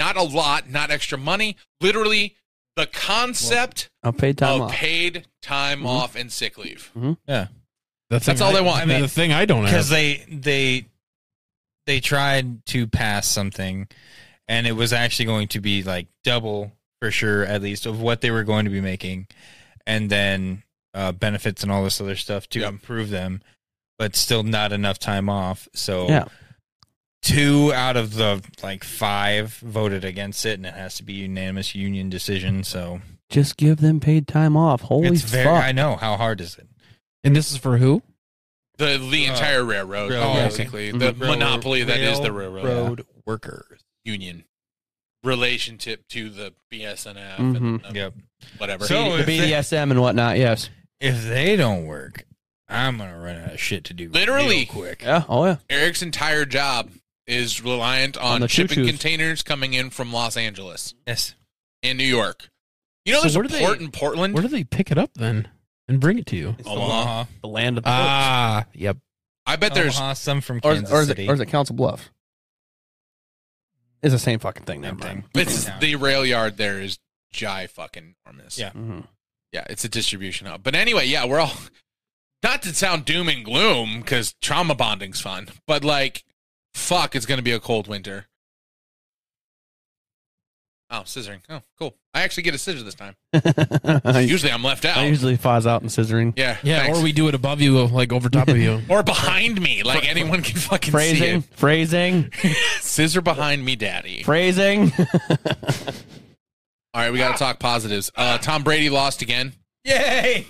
B: Not a lot. Not extra money. Literally the concept
C: A paid time
B: of
C: off.
B: Oh, paid time
C: Mhm.
B: off and sick leave.
E: Yeah.
A: The
B: That's
A: thing
B: all
A: I-
B: they want.
A: I mean, the thing I don't
E: Because
A: have.
E: they, they, they tried to pass something and it was actually going to be like double for sure, at least, of what they were going to be making. And then uh, benefits and all this other stuff to
B: Yep.
E: improve them, but still not enough time off. So.
C: Yeah.
E: Two out of the like five voted against it, and it has to be unanimous union decision. So
C: Just give them paid time off. Holy
E: it's very.
C: fuck!
E: I know how hard is it.
A: And this is for who?
B: The the
E: Uh,
B: entire railroad,
E: railroad.
A: Oh, okay.
B: basically the
E: Rail-
B: monopoly that is the railroad
E: Railroad workers.
B: union relationship to the BSNF and
C: Mhm.
B: the
E: Yep.
B: whatever.
E: So-
C: the
E: if they-
C: BDSM and whatnot. Yes.
E: If they don't work, I'm gonna run out of shit to do.
B: Literally.
E: real quick.
C: Yeah. Oh yeah.
B: Eric's entire job is reliant on,
C: On the
B: shipping
C: choo-choos.
B: containers coming in from Los Angeles
E: Yes.
B: and New York. You know,
A: So
B: there's a
A: where do they-
B: port in Portland.
A: Where do they pick it up then and bring it to you?
E: Oh,
C: It's the land-
E: Omaha.
C: the land of the
A: Ah, yep.
B: I bet there's
E: Omaha, some from
C: or,
E: Kansas
C: or, is
E: City.
C: it, or is it Council Bluff? It's the same fucking thing.
E: Same
C: Never mind.
B: it's the rail yard there is jai fucking enormous.
E: Yeah.
C: Mhm.
B: Yeah, it's a distribution hub. But anyway, yeah, we're all not to sound doom and gloom because trauma bonding's fun, but like, fuck, it's gonna be a cold winter. Oh, scissoring. Oh, cool. I actually get a scissor this time.
C: Mm-hmm. I
B: Usually I'm left out.
C: usually fuzz out and scissoring.
B: yeah,
A: Yeah,
B: thanks.
A: or we do it above you, uh, like over top of you.
B: or behind me, like anyone can fucking
C: Phrasing,
B: see
C: phrasing,
B: it. Scissor behind me, daddy.
C: phrasing.
B: All right, we got to talk positives. Uh, Tom Brady lost again.
E: Yay!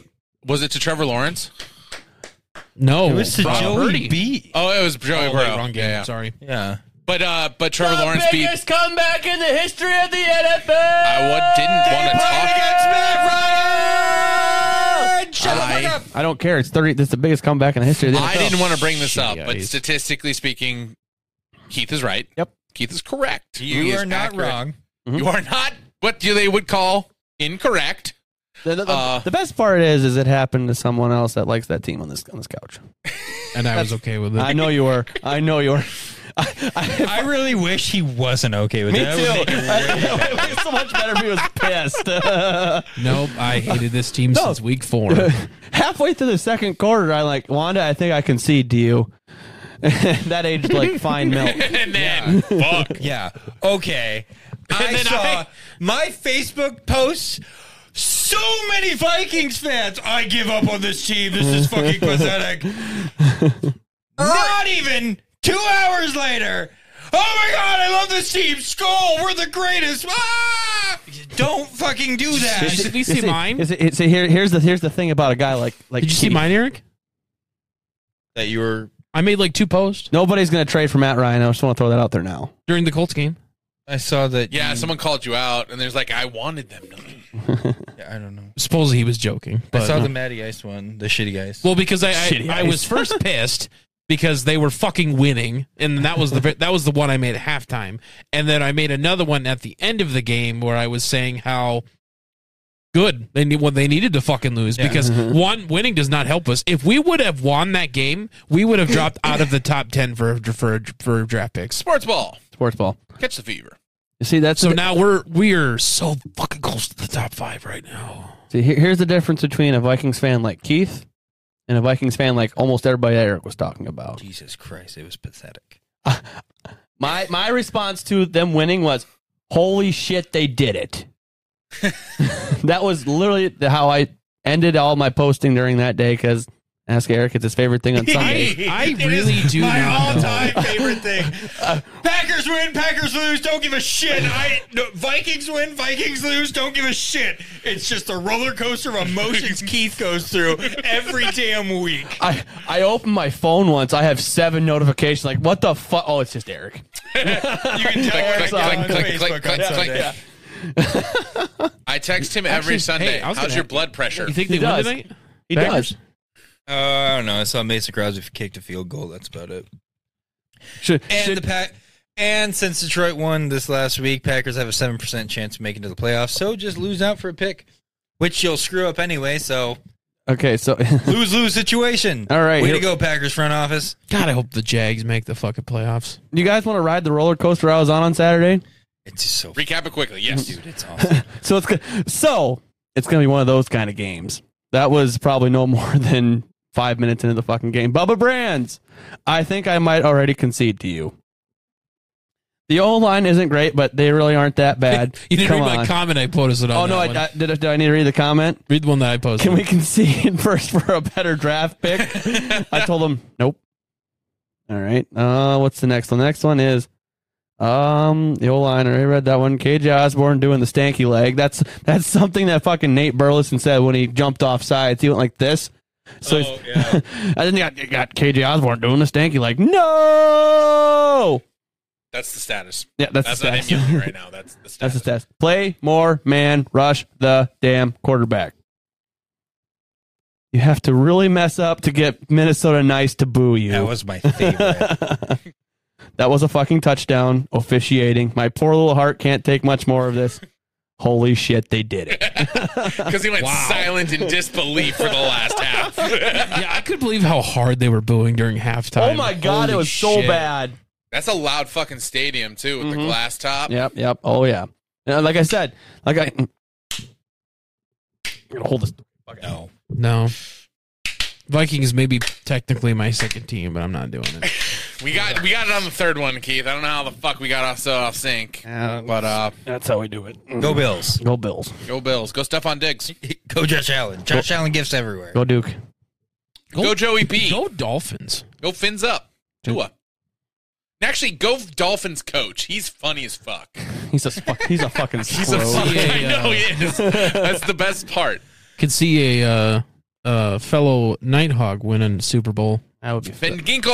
B: Was it to Trevor Lawrence?
A: No,
E: It was to
A: Brock
E: Joey
A: Purdy.
E: B.
B: Oh, it was Joey
A: Oh,
B: Burrow.
A: wait, wrong game.
B: Yeah, yeah.
A: Sorry.
E: Yeah.
B: But uh, but Trevor Lawrence beat.
C: comeback in the history of the NFL.
B: I wa- didn't want to talk. I,
C: I don't care. It's thirty. That's the biggest comeback in the history of the NFL.
B: I didn't want to bring this up, but
A: Jeez.
B: statistically speaking, Keith is right.
C: Yep.
B: Keith is correct.
E: You
B: He is
E: are not
B: accurate.
E: wrong.
C: Mm-hmm.
B: You are not what you- they would call incorrect.
C: The, the- the-
B: Uh,
C: the best part is, is it happened to someone else that likes that team on this on this couch.
A: And I was okay with it.
C: I know you were. I know you were. I, I,
E: I really wish he wasn't okay with
C: me
E: that. That would
C: too.
E: make it worse.
C: It was so much better if he was pissed.
A: nope, I hated this team
C: No.
A: since week four.
C: Halfway through the second quarter, I like Wanda. I think I concede to you. that aged like fine milk.
B: And then fuck.
E: Yeah. Okay. I
B: then
E: saw
B: I-
E: my Facebook posts. So many Vikings fans. I give up on this team. This is fucking pathetic. Not even two hours later. Oh my god, I love this team. Skull, we're the greatest. Ah! Don't fucking do that.
A: Did you see mine?
C: Is it, is it, here, here's the here's the thing about a guy like like.
A: Did you see
C: Keith.
A: mine, Eric?
E: That you were.
A: I made like two posts
C: Nobody's gonna trade for Matt Ryan. I just want to throw that out there now.
A: during the Colts game.
E: I saw that.
B: Yeah,
E: you-
B: someone called you out, and there's like, I wanted them to.
E: I don't know.
A: Supposedly he was joking, but
E: I saw the Matty Ice one, the shitty guys.
A: well, because I I,
C: Shitty
A: I was
C: eyes.
A: first pissed because they were fucking winning, and that was the that was the one I made at halftime, and then I made another one at the end of the game where I was saying how good they need what they needed to fucking lose
E: Yeah.
A: because
C: Mm-hmm.
A: one winning does not help us. If we would have won that game, we would have dropped out of the top ten for for for draft picks.
B: Sports ball.
C: Sports ball.
B: Catch the fever.
C: You see that's
A: So
C: the-
A: now we're we're so fucking close to the top five right now.
C: See, here- here's the difference between a Vikings fan like Keith and a Vikings fan like almost everybody that Eric was talking about.
E: Jesus Christ, it was pathetic.
C: My my response to them winning was, "Holy shit, they did it!" that was literally the- how I ended all my posting during that day because ask Eric, it's his favorite thing on Sundays.
A: I really do
E: My
A: not know.
E: all-time favorite thing. Packers win, Packers lose. Don't give a shit. I no, Vikings win, Vikings lose. Don't give a shit. It's just a roller coaster of emotions Keith goes through every damn week.
C: I I opened my phone once. I have seven notifications. Like, what the fuck? Oh, it's just Eric.
E: You can tell
B: Click,
E: Eric's on
B: click, click, click,
E: Facebook on
B: click, click.
E: Sunday.
B: I text him every
A: Actually,
B: Sunday.
A: hey, I was
B: How's
A: gonna-
B: your blood pressure?
A: You think
C: He
A: they won
C: does.
A: tonight?
C: He
A: Packers.
C: does.
E: Uh, I don't know. I saw Mason Crosby kicked a field goal. That's about it.
C: Should,
E: And
C: should-
E: the pack. And since Detroit won this last week, Packers have a seven percent chance of making it to the playoffs. So just lose out for a pick, which you'll screw up anyway. So
C: okay, so
E: lose lose situation.
C: All right,
E: way to
C: here-
E: go, Packers front office.
A: God, I hope the Jags make the fucking playoffs.
C: you guys want to ride the roller coaster I was on on Saturday?
E: It's just so
B: Recap it quickly. Yes, dude.
E: It's awesome.
C: So it's go- so it's gonna be one of those kind of games. That was probably no more than five minutes into the fucking game. Bubba Brands, I think I might already concede to you. The O line isn't great, but they really aren't that bad.
A: You didn't
C: Come
A: read my
C: on.
A: comment I posted on
C: Oh
A: that
C: no! I,
A: one.
C: I, did, I- did I need to read the comment?
A: read the one that I posted.
C: Can we concede first for a better draft pick? I told him nope. All right. Uh, what's the next one? The next one is um the O line. I already read that one. KJ Osborne doing the stanky leg. That's that's something that fucking Nate Burleson said when he jumped off sides. He went like this.
B: Oh,
C: So he's-
E: yeah.
C: I then got, you got KJ Osborne doing the stanky leg. No.
B: That's the status.
C: Yeah, that's,
B: That's
C: the
B: not him
C: test.
B: yelling right now. That's the
C: that's
B: status.
C: the test. Play more man rush the damn quarterback. You have to really mess up to get Minnesota nice to boo you.
E: That was my favorite.
C: That was a fucking touchdown officiating. My poor little heart can't take much more of this. Holy shit, they did it.
B: Because he went silent in disbelief for the last half.
A: yeah, I could believe how hard they were booing during halftime.
C: oh my god, it
A: Holy
C: was so
A: shit.
C: bad.
B: That's a loud fucking stadium too, with the
C: Mhm.
B: glass top.
C: Yep, yep. Oh yeah. And like I said, like I hold this.
E: no.
A: No, Vikings may be technically my second team, but I'm not doing it.
B: We got we got it on the third one, Keith. I don't know how the fuck we got off so off sync. But uh,
C: That's how we do it.
E: Go Bills.
C: Go Bills.
B: go Bills. Go Stephon Diggs.
E: Go Josh Allen. Josh Allen gifts everywhere.
C: Go Duke.
B: Go, Joey B. Go,
A: Go Dolphins.
B: fins up. Tua. And actually, go Dolphins coach. He's funny as fuck.
C: He's a fu- he's a fucking
B: He's a
C: slow.
B: fuck.
A: Yeah,
B: I
A: yeah.
B: know he is. That's the best part.
A: Could see a uh, uh, fellow Nighthawk winning Super Bowl.
C: That would be
B: Ben
C: fun. That'd be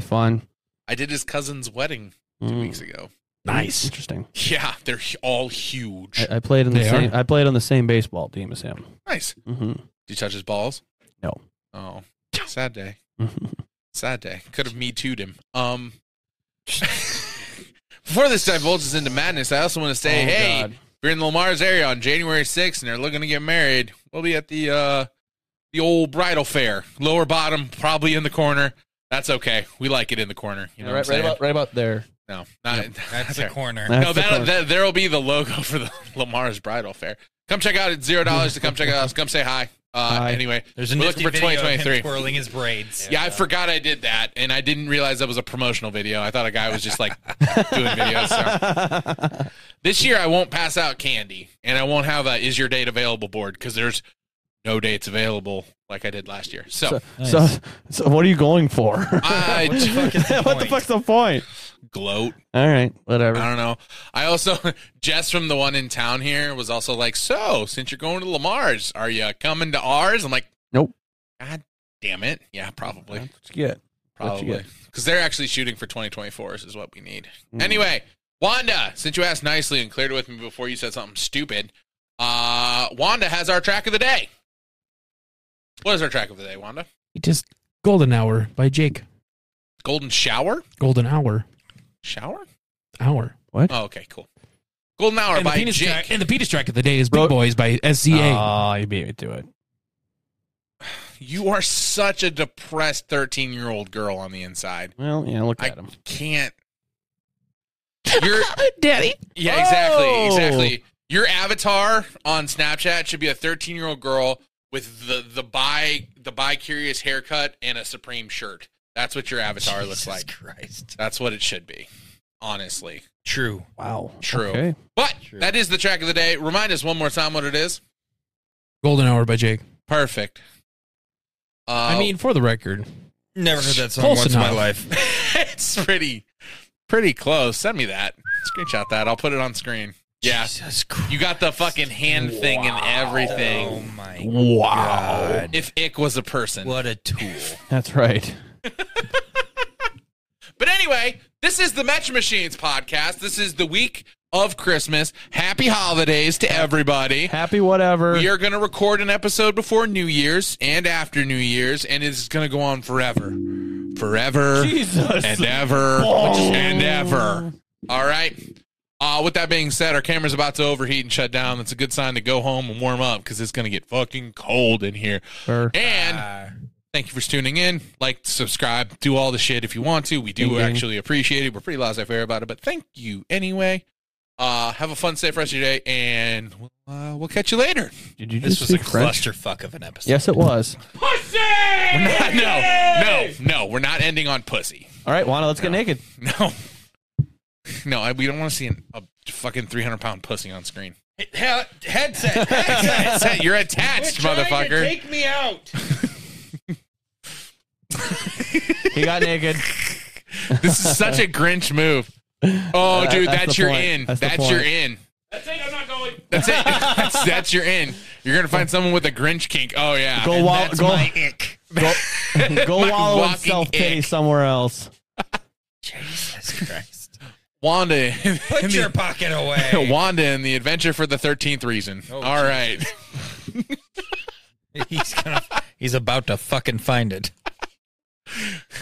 B: Ginkle.
C: fun.
B: I did his cousin's wedding two
C: Mm.
B: weeks ago.
A: Nice.
C: Interesting.
B: Yeah, they're hu- all huge.
C: I, I played on the
A: They
C: same. I played on the same baseball team as him.
B: nice.
C: hmm
B: Did you touch his balls?
C: No.
B: Oh, sad day.
C: Mm-hmm.
B: Sad day. Could have me too'd him. Um. Before this divulges into madness, I also want to say,
C: Oh,
B: hey,
C: God.
B: if you're in the Lamar's area on January 6th and they're looking to get married, we'll be at the uh the old bridal fair, lower bottom, probably in the corner. That's okay. We like it in the corner. You know what I'm
C: right, right
B: saying?
C: about right about there.
B: no, not
E: That's the
B: there.
E: corner.
C: That's
B: no,
C: the
B: that'll,
C: corner.
B: that, there'll be the logo for the Lamar's Bridal Fair. Come check out. It's zero dollars to come check out. Come say hi. Uh,
C: Hi.
B: Anyway,
E: There's a
B: We're
E: nifty
B: looking for
E: video of him
B: 2023.
E: twirling his braids.
B: yeah, I forgot I did that, and I didn't realize that was a promotional video. I thought a guy was just like doing videos. So. This year, I won't pass out candy, and I won't have a "Is your date available?" board because there's no dates available like I did last year. So,
C: So, so, so what are you going for?
B: I
E: What the fuck is the
C: what the
E: point?
C: fuck's the point?
B: gloat.
C: All right, whatever.
B: I don't know. I also Jess from the one in town here was also like, "So, since you're going to Lamar's, are you coming to ours?" I'm like,
C: Nope.
B: God damn it! Yeah, probably,
C: That's good. what you
B: probably,
C: get. Hmm.
B: because they're actually shooting for 2024s is what we need.
C: Mm.
B: Anyway, Wanda, since you asked nicely and cleared it with me before you said something stupid, uh, Wanda has our track of the day. What is our track of the day, Wanda?
A: It is Golden Hour by Jake.
B: Golden shower,
A: Golden Hour.
B: shower.
A: Hour.
B: Oh, okay, cool. Golden hour
A: And the,
B: by
A: penis
B: Jake.
A: track, and the penis track of the day is
C: Bro-
A: Big Boys by SZA.
C: Oh, you beat me to it.
B: You are such a depressed 13 year old girl on the inside.
C: Well, yeah, look
B: I-
C: at him.
B: Can't. You're,
A: Daddy.
B: yeah, exactly.
C: Oh.
B: Exactly. Your avatar on Snapchat should be a 13 year old girl with the, the bi the bi curious haircut and a Supreme shirt. That's what your avatar looks
E: Jesus
B: like.
E: Christ.
B: That's what it should be. Honestly.
E: True.
C: Wow.
B: True.
C: Okay.
B: But
E: True.
B: that is the track of the day. Remind us one more time what it is.
A: Golden Hour by Jake.
B: Perfect. Uh,
A: I mean, for the record,
E: Never heard that song
A: Close
E: once in my
A: enough.
E: life.
B: it's pretty pretty close. Send me that. Screenshot that. I'll put it on screen. Yeah.
E: Jesus Christ.
B: You got the fucking hand thing and
E: Oh
B: everything.
E: my
C: Wow.
E: god.
B: If Ick was a person.
E: What a tool.
C: That's right.
B: But anyway, this is the Metro Machines podcast. This is the week of Christmas. Happy holidays to everybody.
C: Happy whatever.
B: We are going to record an episode before New Year's and after New Year's, and it's going to go on forever. Forever.
C: Jesus.
B: and ever and ever. All right. Uh, with that being said, our camera's about to overheat and shut down. That's a good sign to go home and warm up because it's going to get fucking cold in here.
C: Sure.
B: And
E: Ah.
B: thank you for tuning in. Like, subscribe, do all the shit if you want to. We do
C: Ding, ding.
B: actually appreciate it. We're pretty laissez faire about it, but thank you anyway. Uh, have a fun, safe rest of your day, and uh, we'll catch you later.
C: Did you
E: This
C: just
E: was a
C: speak French?
E: clusterfuck of an episode.
C: Yes, it was.
B: We're not, no, no, no. We're not ending on pussy.
C: All right, Wanda, let's get naked.
B: No. No, I, we don't want to see an, a fucking 300 pound pussy on screen.
E: Hell, headset. headset.
B: That's it, You're attached, motherfucker.
E: Take me out.
C: He got naked.
B: This is such a Grinch move. Oh,
C: Uh, That-
B: dude,
C: that's
B: that's,
C: the
B: your
C: point.
B: in. That's,
C: That's the
B: your
C: point.
B: in. That's it. I'm not going. That's it. That's, that's your in. You're gonna find someone with a Grinch kink. Oh yeah.
C: Go
B: And
C: wall-
B: that's
C: go-
B: my ick.
C: Go, go
B: My
C: wallow in
B: walking
C: self pity
B: ick.
C: somewhere else.
E: Jesus Christ.
B: Wanda. in
E: Put your
B: the-
E: pocket away.
B: Wanda in the adventure for the thirteenth reason.
E: Oh,
B: All right.
E: he's gonna. He's about to fucking find it.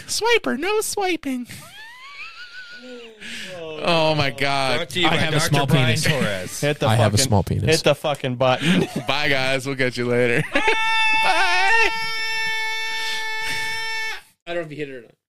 B: Swiper, no swiping. oh my god.
A: I have a small penis.
E: Torres.
C: Hit the
A: I
C: fucking,
A: have a small penis.
C: Hit the fucking button.
B: Bye guys. We'll catch you later. Bye.
A: I don't know if you hit it or not.